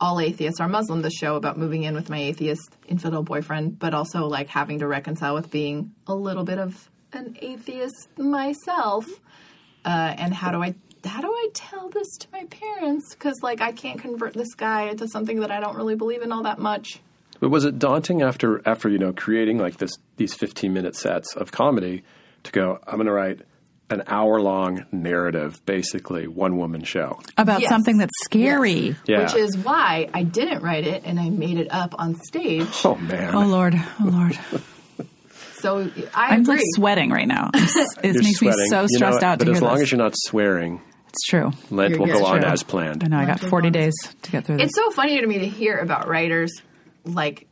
Speaker 3: All Atheists Are Muslim, the show about moving in with my atheist infidel boyfriend, but also like having to reconcile with being a little bit of an atheist myself. Uh, and how do I? How do I tell this to my parents? Because like I can't convert this guy into something that I don't really believe in all that much.
Speaker 1: But was it daunting after after you know creating like this these fifteen minute sets of comedy to go? I'm going to write an hour long narrative, basically one woman show.
Speaker 2: About
Speaker 3: Yes.
Speaker 2: something that's scary.
Speaker 1: Yeah.
Speaker 3: Which is why I didn't write it and I made it up on stage.
Speaker 1: oh man,
Speaker 2: Oh Lord, oh Lord!
Speaker 3: So I
Speaker 2: I'm
Speaker 3: agree.
Speaker 2: like sweating right now. It's- It
Speaker 1: You're
Speaker 2: makes me
Speaker 1: sweating.
Speaker 2: so
Speaker 1: You know
Speaker 2: stressed
Speaker 1: it,
Speaker 2: out
Speaker 1: But
Speaker 2: to
Speaker 1: as
Speaker 2: hear
Speaker 1: long
Speaker 2: this.
Speaker 1: as you're not swearing,
Speaker 2: it's true.
Speaker 1: Lent will
Speaker 3: You're-
Speaker 1: go
Speaker 3: it's
Speaker 1: on
Speaker 3: true.
Speaker 1: as
Speaker 2: I
Speaker 1: planned.
Speaker 2: know. I got
Speaker 3: Lots of
Speaker 2: 40
Speaker 3: lungs.
Speaker 2: days to get through this.
Speaker 3: it's so funny to me to hear about writers like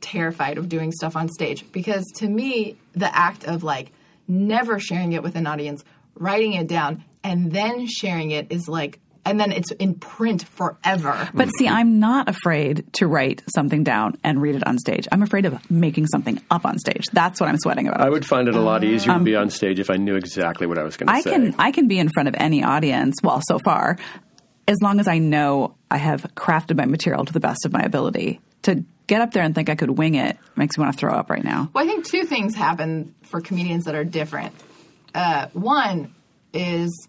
Speaker 3: terrified of doing stuff on stage because to me the act of like never sharing it with an audience, writing it down and then sharing it is like and then it's in print forever.
Speaker 2: But see, I'm not afraid to write something down and read it on stage. I'm afraid of making something up on stage. That's what I'm sweating about.
Speaker 1: I would find it a lot easier to be on stage if I knew exactly what I was going
Speaker 2: Um,
Speaker 1: to
Speaker 2: I
Speaker 1: say.
Speaker 2: can I can be in front of any audience. Well, so far, as long as I know I have crafted my material to the best of my ability. To get up there and think I could wing it makes me want to throw up right now.
Speaker 3: Well, I think two things happen for comedians that are different. Uh, one is,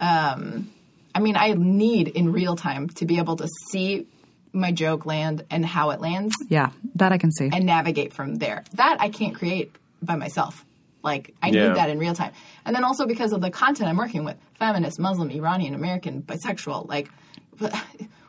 Speaker 3: um, I mean, I need in real time to be able to see my joke land and how it lands
Speaker 2: Yeah, that I can see.
Speaker 3: and navigate from there. That I can't create by myself. Like, I
Speaker 1: Yeah.
Speaker 3: need that in real time. And then also because of the content I'm working with feminist, Muslim, Iranian, American, bisexual. Like,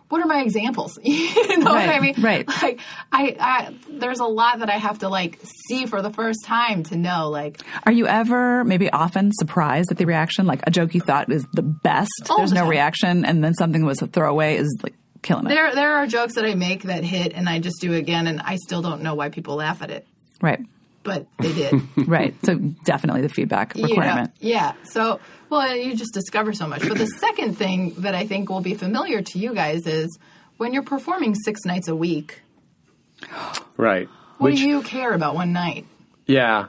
Speaker 3: what are my examples? you know what I
Speaker 2: Right,
Speaker 3: mean?
Speaker 2: right.
Speaker 3: Like, I, I, there's a lot that I have to, like, see for the first time to know, like,
Speaker 2: Are you ever, maybe often, surprised at the reaction? Like a joke you thought is the best,
Speaker 3: All
Speaker 2: there's
Speaker 3: the
Speaker 2: no
Speaker 3: time.
Speaker 2: reaction, and then something was a throwaway is like killing it.
Speaker 3: there, there are jokes that I make that hit and I just do again and I still don't know why people laugh at it,
Speaker 2: right,
Speaker 3: but they did.
Speaker 2: right. So definitely the feedback
Speaker 3: you know,
Speaker 2: requirement.
Speaker 3: yeah. So, well, you just discover so much. But the second thing that I think will be familiar to you guys is when you're performing six nights a week,
Speaker 1: right?
Speaker 3: what
Speaker 1: Which
Speaker 3: do you care about one night?
Speaker 1: yeah.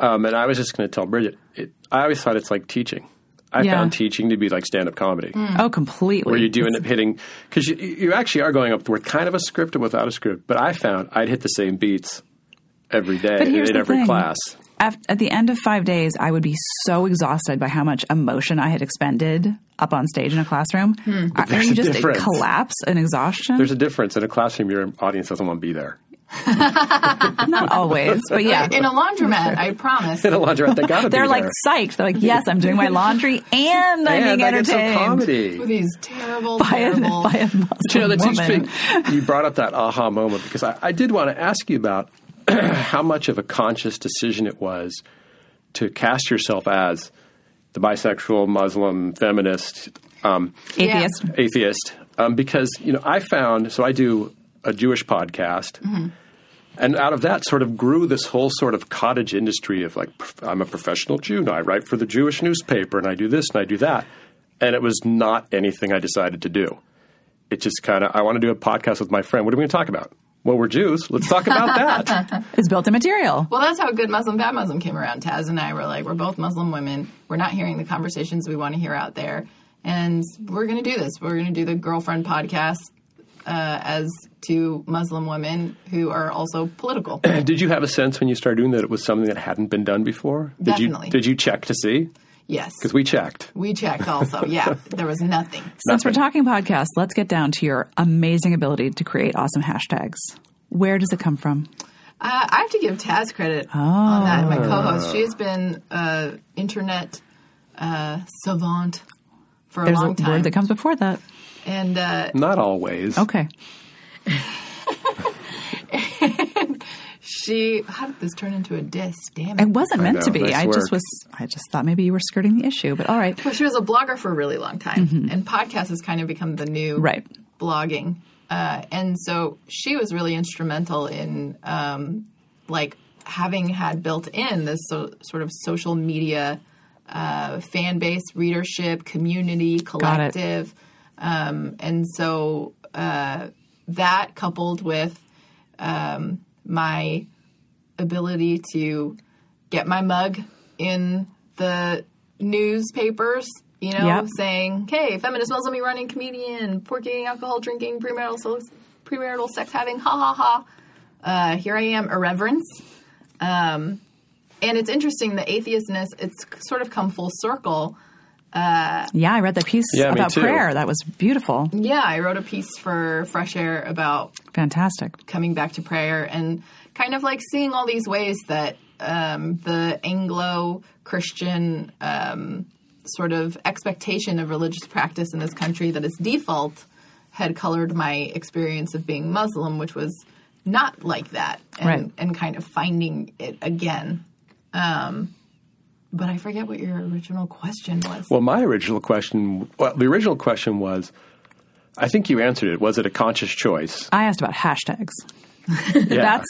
Speaker 1: Um, and I was just going to tell Bridget. It, I always thought it's like teaching. I
Speaker 2: Yeah.
Speaker 1: found teaching to be like stand up comedy.
Speaker 3: Mm.
Speaker 2: Oh, completely.
Speaker 1: where you do end up hitting because you, you actually are going up with kind of a script and without a script. But I found I'd hit the same beats every day
Speaker 2: But here's
Speaker 1: in
Speaker 2: the
Speaker 1: every
Speaker 2: thing.
Speaker 1: class.
Speaker 2: Af- At the end of five days, I would be so exhausted by how much emotion I had expended up on stage in a classroom.
Speaker 3: Hmm.
Speaker 2: I,
Speaker 1: there's
Speaker 2: you
Speaker 1: a
Speaker 2: just
Speaker 1: difference.
Speaker 2: collapse and exhaustion.
Speaker 1: There's a difference in a classroom. Your audience doesn't want to be there.
Speaker 2: Not always, but yeah.
Speaker 3: In a laundromat, I promise.
Speaker 1: In a laundromat, they got to be
Speaker 2: They're like
Speaker 1: there.
Speaker 2: psyched. They're like, yes, I'm doing my laundry and I'm
Speaker 1: and
Speaker 2: being
Speaker 1: I get some
Speaker 2: entertained.
Speaker 1: comedy.
Speaker 3: With these terrible,
Speaker 2: by a,
Speaker 3: terrible.
Speaker 2: by a Muslim
Speaker 1: you know, that's
Speaker 2: woman.
Speaker 1: interesting. You brought up that aha moment because I, I did want to ask you about how much of a conscious decision it was to cast yourself as the bisexual, Muslim, feminist, um,
Speaker 2: Atheist.
Speaker 1: atheist um, because you know I found so I do a Jewish podcast, and out of that sort of grew this whole sort of cottage industry of like prof- I'm a professional Jew now I write for the Jewish newspaper and I do this and I do that, and it was not anything I decided to do. It just kind of I want to do a podcast with my friend. What are we going to talk about? Well, we're Jews. Let's talk about that.
Speaker 2: It's built in material.
Speaker 3: Well, that's how good Muslim, bad Muslim came around. Taz and I were like, we're both Muslim women. We're not hearing the conversations we want to hear out there. And we're going to do this. We're going to do the girlfriend podcast uh, as two Muslim women who are also political.
Speaker 1: And did you have a sense when you started doing that it was something that hadn't been done before? Did
Speaker 3: Definitely.
Speaker 1: you did you check to see?
Speaker 3: yes.
Speaker 1: Because we checked.
Speaker 3: We checked also. Yeah, there was nothing.
Speaker 2: Since we're
Speaker 1: Nothing.
Speaker 2: talking podcasts, let's get down to your amazing ability to create awesome hashtags. Where does it come from?
Speaker 3: Uh, I have to give Taz credit on that.
Speaker 2: Oh.
Speaker 3: My co-host, she has been uh, internet uh, savant for
Speaker 2: There's
Speaker 3: a
Speaker 2: a
Speaker 3: long time,
Speaker 2: word that comes before that.
Speaker 3: and uh,
Speaker 1: Not always.
Speaker 2: Okay.
Speaker 3: she how did this turn into a diss? Damn it!
Speaker 2: It wasn't meant
Speaker 1: know,
Speaker 2: to be.
Speaker 1: nice
Speaker 2: I
Speaker 1: work.
Speaker 2: just was I just thought maybe you were skirting the issue, but all right.
Speaker 3: Well, she was a blogger for a really long time, and podcast has kind of become the new
Speaker 2: Right.
Speaker 3: blogging. Uh, and so she was really instrumental in um, like having had built in this so, sort of social media uh, fan base, readership, community, collective. Um, and so uh, that coupled with um, my ability to get my mug in the newspapers, you know,
Speaker 2: Yep.
Speaker 3: saying, "Hey, feminist Muslim running comedian, pork eating, alcohol drinking, premarital sex, premarital sex having, ha ha ha." Uh, here I am, irreverence. Um, and it's interesting the atheistness. It's sort of come full circle.
Speaker 2: Yeah, I read that piece
Speaker 1: Yeah, me
Speaker 2: about
Speaker 1: too.
Speaker 2: prayer. That was beautiful,
Speaker 3: Yeah, I wrote a piece for Fresh Air about
Speaker 2: fantastic.
Speaker 3: coming back to prayer and kind of like seeing all these ways that um, the Anglo Christian um, sort of expectation of religious practice in this country that is default had colored my experience of being Muslim, which was not like that, and,
Speaker 2: Right.
Speaker 3: and kind of finding it again. Um, but I forget what your original question was.
Speaker 1: Well, my original question, well, the original question was, I think you answered it. Was it a conscious choice?
Speaker 2: I asked about hashtags.
Speaker 1: Yeah.
Speaker 2: That's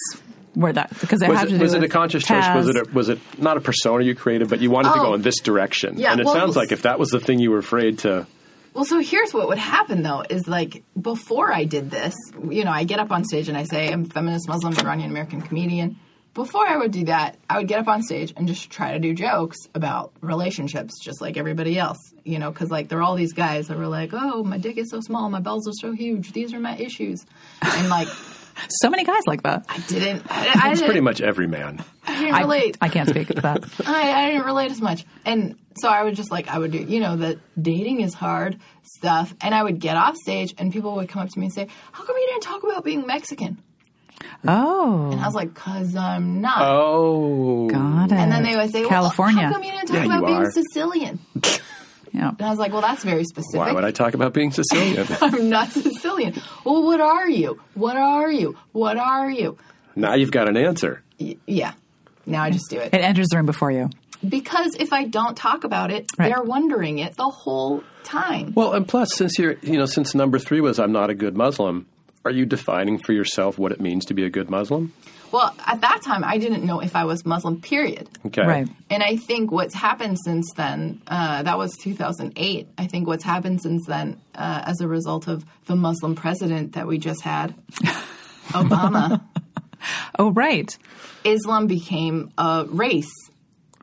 Speaker 2: where that because it
Speaker 1: was
Speaker 2: had to
Speaker 1: it,
Speaker 2: do
Speaker 1: was it a
Speaker 2: with
Speaker 1: conscious choice? Was
Speaker 2: Taz.
Speaker 1: it a, was it not a persona you created, but you wanted to
Speaker 3: Oh.
Speaker 1: go in this direction?
Speaker 3: Yeah,
Speaker 1: and it
Speaker 3: well,
Speaker 1: sounds
Speaker 3: s-
Speaker 1: like if that was the thing you were afraid to,
Speaker 3: Well, so here's what would happen though is like before I did this, you know, I get up on stage and I say I'm feminist, Muslim, Iranian American comedian. Before I would do that, I would get up on stage and just try to do jokes about relationships, just like everybody else, you know, because like there are all these guys that were like, oh, my dick is so small, my balls are so huge, these are my issues, and like
Speaker 2: so many guys like that.
Speaker 3: I didn't, I, I,
Speaker 1: it's pretty
Speaker 3: didn't,
Speaker 1: much every man.
Speaker 3: I didn't
Speaker 2: I,
Speaker 3: relate.
Speaker 2: I can't speak to that.
Speaker 3: I, I didn't relate as much. And so I would just like, I would do, you know, the dating is hard stuff. And I would get off stage and people would come up to me and say, How come you didn't talk about being Mexican? And I
Speaker 2: Oh,
Speaker 3: was like, Because I'm not.
Speaker 1: Oh,
Speaker 2: got it.
Speaker 3: and then they would say,
Speaker 2: California.
Speaker 3: Well, how come you didn't talk
Speaker 1: Yeah,
Speaker 3: about
Speaker 1: you
Speaker 3: being
Speaker 1: are.
Speaker 3: Sicilian? And
Speaker 2: yeah.
Speaker 3: I was like, Well, that's very specific.
Speaker 1: why would I talk about being Sicilian?
Speaker 3: I'm not Sicilian. Well, what are you? What are you? What are you?
Speaker 1: now you've got an answer.
Speaker 3: Y- yeah. Now I just do it.
Speaker 2: It enters the room before you.
Speaker 3: Because if I don't talk about it,
Speaker 2: Right.
Speaker 3: they're wondering it the whole time.
Speaker 1: Well, and plus, since you're, you know, since number three was I'm not a good Muslim, are you defining for yourself what it means to be a good Muslim?
Speaker 3: Well, at that time, I didn't know if I was Muslim, period.
Speaker 1: Okay.
Speaker 2: Right.
Speaker 3: And I think what's happened since then, uh, that was 2008. I think what's happened since then, uh, as a result of the Muslim president that we just had, Obama,
Speaker 2: Oh, right.
Speaker 3: Islam became a race.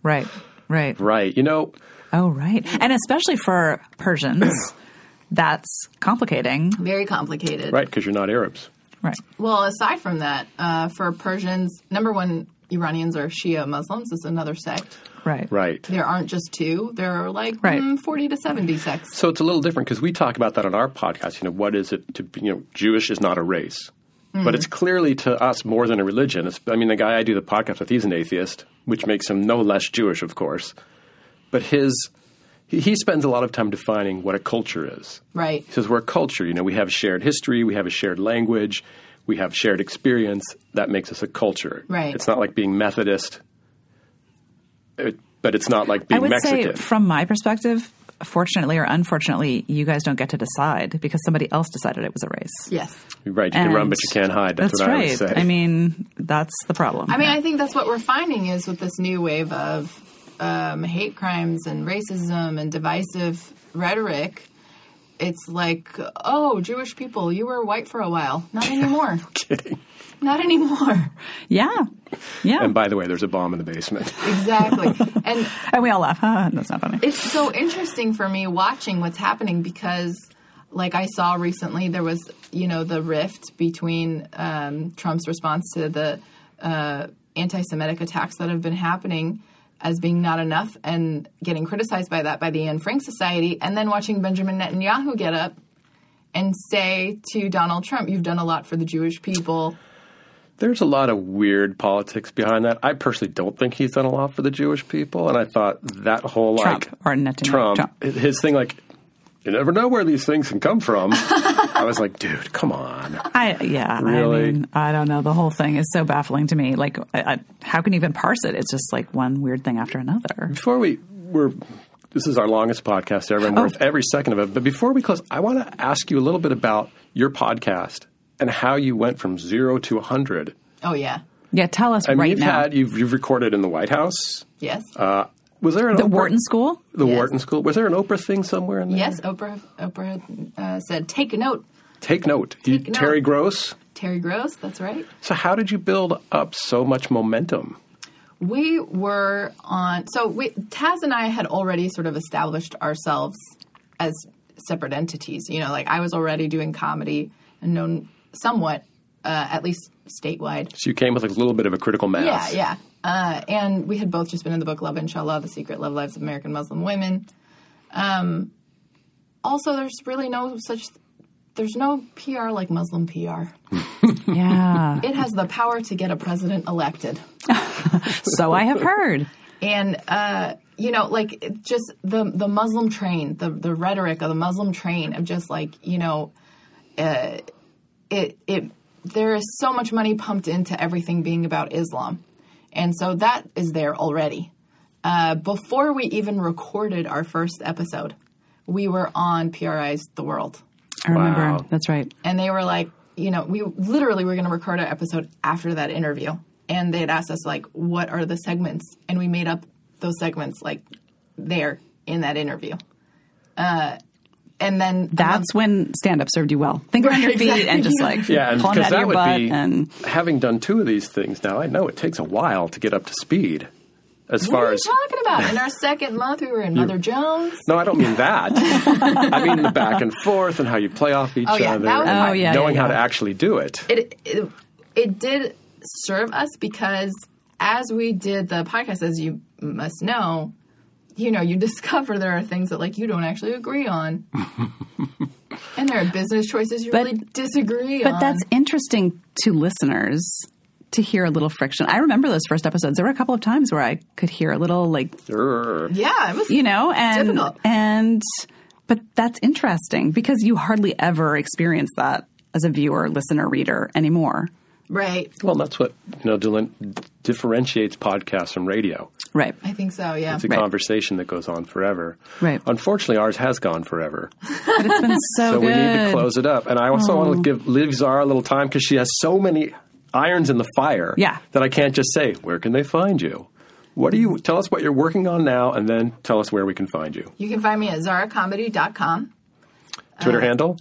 Speaker 2: Right. Right.
Speaker 1: Right. You know,
Speaker 2: Oh, right. And especially for Persians, that's complicating.
Speaker 3: Very complicated.
Speaker 1: right, because you're not Arabs.
Speaker 2: Right.
Speaker 3: Well, aside from that, uh, for Persians, number one, Iranians are Shia Muslims. It's another sect.
Speaker 2: Right.
Speaker 1: Right.
Speaker 3: There aren't just two. There are like
Speaker 2: Right.
Speaker 3: mm, 40 to 70 sects.
Speaker 1: So it's a little different because we talk about that on our podcast. You know, what is it to be, you know, Jewish is not a race, but it's clearly to us more than a religion. It's, I mean, the guy I do the podcast with, he's an atheist, which makes him no less Jewish, of course. But his, he, he spends a lot of time defining what a culture is.
Speaker 3: Right.
Speaker 1: He says we're a culture. You know, we have shared history, we have a shared language, we have shared experience. That makes us a culture.
Speaker 3: Right.
Speaker 1: It's not like being Methodist, it, but it's not like
Speaker 2: I
Speaker 1: being
Speaker 2: would
Speaker 1: Mexican.
Speaker 2: say, from my perspective, fortunately or unfortunately, you guys don't get to decide because somebody else decided it was a race.
Speaker 3: Yes.
Speaker 1: right. You can run,
Speaker 2: And
Speaker 1: but you can't hide. That's,
Speaker 2: That's
Speaker 1: what I
Speaker 2: right.
Speaker 1: would say.
Speaker 2: mean, that's the problem.
Speaker 3: I mean, I think that's what we're finding is with this new wave of um, hate crimes and racism and divisive rhetoric. It's like, oh, Jewish people, you were white for a while. Not anymore.
Speaker 1: kidding.
Speaker 3: Not anymore.
Speaker 2: yeah, yeah,
Speaker 1: And
Speaker 2: and,
Speaker 1: by the way, there's a bomb in the basement.
Speaker 3: Exactly. and
Speaker 2: we all laugh. Huh? That's not funny.
Speaker 3: it's so interesting for me watching what's happening because like i saw recently there was you know the rift between um, trump's response to the uh, anti-semitic attacks that have been happening as being not enough and getting criticized by that by the anne frank society and then watching benjamin netanyahu get up and say to donald trump you've done a lot for the jewish people
Speaker 1: There's a lot of weird politics behind that. I personally don't think he's done a lot for the Jewish people, and I thought that whole
Speaker 2: Trump
Speaker 1: like
Speaker 2: or Netanyahu.
Speaker 1: Trump,
Speaker 2: Trump.
Speaker 1: his thing like you never know where these things can come from. I was like, dude, come on.
Speaker 2: I yeah. I
Speaker 1: Really?
Speaker 2: mean, I don't know. The whole thing is so baffling to me. Like, I, I, how can you even parse it? It's just like one weird thing after another.
Speaker 1: Before we we're this is our longest podcast ever,
Speaker 2: Oh.
Speaker 1: and worth every second of it. But before we close, I want to ask you a little bit about your podcast and how you went from zero to hundred.
Speaker 3: oh yeah
Speaker 2: Yeah, tell us
Speaker 1: I mean,
Speaker 2: right
Speaker 1: you've
Speaker 2: now.
Speaker 1: had you've, you've recorded in the White House.
Speaker 3: yes
Speaker 1: Uh, Was there an
Speaker 2: The
Speaker 1: Oprah-
Speaker 2: Wharton School?
Speaker 1: The
Speaker 3: Yes.
Speaker 1: Wharton School. Was there an Oprah thing somewhere in there?
Speaker 3: Yes, Oprah. Oprah uh, said, "Take a note,
Speaker 1: Take note. You-
Speaker 3: Take note.
Speaker 1: Terry Gross.
Speaker 3: Terry Gross." That's right.
Speaker 1: So how did you build up so much momentum?
Speaker 3: We were on. So we, Taz and I had already sort of established ourselves as separate entities. You know, like I was already doing comedy and known somewhat, uh, at least statewide.
Speaker 1: So you came with a little bit of a critical mass.
Speaker 3: Yeah, yeah. Uh, and we had both just been in the book Love Inshallah, The Secret Love Lives of American Muslim Women. Um, also, there's really no such, there's no PR like Muslim PR.
Speaker 2: Yeah.
Speaker 3: It has the power to get a president elected.
Speaker 2: so I have heard.
Speaker 3: And, uh, you know, like it just the, the Muslim train, the, the rhetoric of the Muslim train of just like, you know, uh, it, it, there is so much money pumped into everything being about Islam. And so that is there already. uh, before we even recorded our first episode, we were on PRI's The World.
Speaker 2: I remember.
Speaker 1: Wow.
Speaker 2: That's right.
Speaker 3: And they were like, you know, we literally were going to record our episode after that interview. And they had asked us, like, what are the segments? And we made up those segments, like, there in that interview. Uh, and then
Speaker 2: That's when stand up served you well. Think around your feet and just like
Speaker 1: Yeah, and
Speaker 2: pulling it
Speaker 1: because
Speaker 2: out
Speaker 1: that
Speaker 2: of your
Speaker 1: would
Speaker 2: butt
Speaker 1: be
Speaker 2: and
Speaker 1: having done two of these things now, I know it takes a while to get up to speed. As
Speaker 3: what
Speaker 1: far
Speaker 3: are you
Speaker 1: as
Speaker 3: talking about? In our second month, we were in Mother Jones.
Speaker 1: no, I don't mean that. I mean the back and forth and how you play off each
Speaker 3: Oh, yeah,
Speaker 1: other,
Speaker 3: that was
Speaker 1: and
Speaker 3: hard. Oh,
Speaker 2: yeah,
Speaker 1: knowing
Speaker 2: yeah,
Speaker 1: how to
Speaker 2: yeah.
Speaker 1: actually do it.
Speaker 3: it, it it did serve us because as we did the podcast, as you must know, you know, you discover there are things that like you don't actually agree on, and there are business choices you
Speaker 2: But-
Speaker 3: really disagree on.
Speaker 2: But that's interesting to listeners to hear a little friction. I remember those first episodes. There were a couple of times where I could hear a little like
Speaker 1: Err.
Speaker 3: yeah, it was
Speaker 2: you know, and
Speaker 3: Difficult.
Speaker 2: and but that's interesting because you hardly ever experience that as a viewer, listener, reader anymore.
Speaker 3: right.
Speaker 1: Well, that's what you know dilin- differentiates podcasts from radio.
Speaker 2: Right.
Speaker 3: I think so. Yeah,
Speaker 1: It's a conversation that goes on forever.
Speaker 2: Right.
Speaker 1: Unfortunately, ours has gone forever,
Speaker 2: But it's been so,
Speaker 1: so
Speaker 2: good. Oh.
Speaker 1: we need to close it up. And I also want to give Liv Zara a little time because she has so many irons in the fire.
Speaker 2: Yeah.
Speaker 1: That I can't just say where can they find you. What do you tell us what you're working on now, and then tell us where we can find you.
Speaker 3: you can find me at zaracomedy.com
Speaker 2: Uh,
Speaker 1: Twitter handle.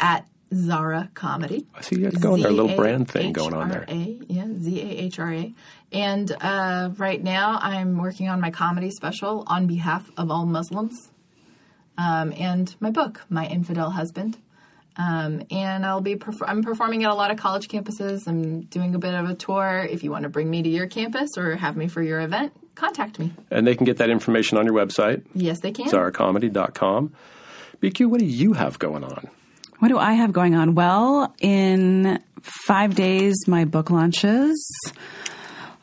Speaker 3: at Zara Comedy.
Speaker 1: I see you guys going there, a little brand thing going on there.
Speaker 3: Z-A-H-R-A, Yeah, Z A H R A. And uh, right now, I'm working on my comedy special on behalf of all Muslims, um, and my book, My Infidel Husband. Um, and I'll be perf- I'm performing at a lot of college campuses. I'm doing a bit of a tour. If you want to bring me to your campus or have me for your event, contact me.
Speaker 1: And they can get that information on your website,
Speaker 3: Yes, they can.
Speaker 1: zaracomedy.com. BQ, what do you have going on?
Speaker 2: What do I have going on? Well, in five days, my book launches.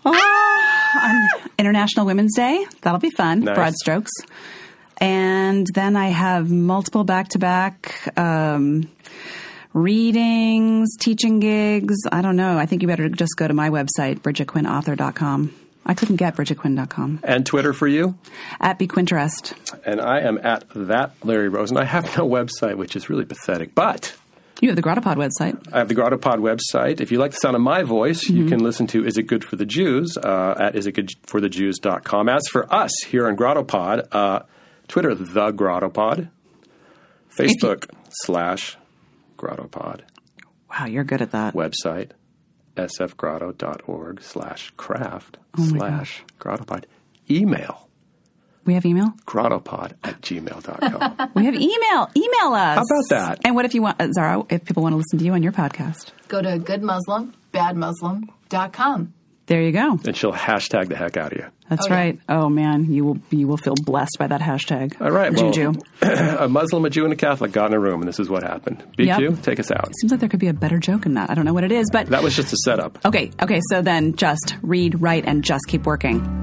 Speaker 2: Oh, on International Women's Day. That'll be fun.
Speaker 1: Nice.
Speaker 2: Broad strokes. And then I have multiple back to back readings, teaching gigs. I don't know. I think you better just go to my website, bridgetquinauthor.com. I couldn't get bridgetquinn.com.
Speaker 1: And Twitter for you?
Speaker 2: At Be Quinterest.
Speaker 1: And I am at that Larry Rosen. I have no website, which is really pathetic, but
Speaker 2: You have the Grottopod website.
Speaker 1: I have the Grottopod website. If you like the sound of my voice, you can listen to Is It Good for the Jews uh, at isitgoodforthejews.com. As for us here on Grottopod, uh, Twitter, The Grottopod, Facebook slash Grottopod,
Speaker 2: Wow, you're good at that.
Speaker 1: website, sfgrotto.org slash craft
Speaker 2: my
Speaker 1: slash Grottopod, email,
Speaker 2: We have email?
Speaker 1: grottopod at gmail.com.
Speaker 2: We have email. Email us.
Speaker 1: How about that?
Speaker 2: And what if you want, uh, Zara, if people want to listen to you on your podcast?
Speaker 3: Go to goodmuslimbadmuslim.com.
Speaker 2: There you go.
Speaker 1: and she'll hashtag the heck out of you.
Speaker 2: That's
Speaker 3: Oh, yeah.
Speaker 2: right. Oh man, you will you will feel blessed by that hashtag.
Speaker 1: All right, well-
Speaker 2: Juju.
Speaker 1: a Muslim, a Jew, and a Catholic got in a room, and this is what happened. BQ,
Speaker 2: Yep.
Speaker 1: take us out.
Speaker 2: Seems like there could be a better joke in that. I don't know what it is, but
Speaker 1: That was just a setup.
Speaker 2: okay, okay. So then, just read, write, and just keep working.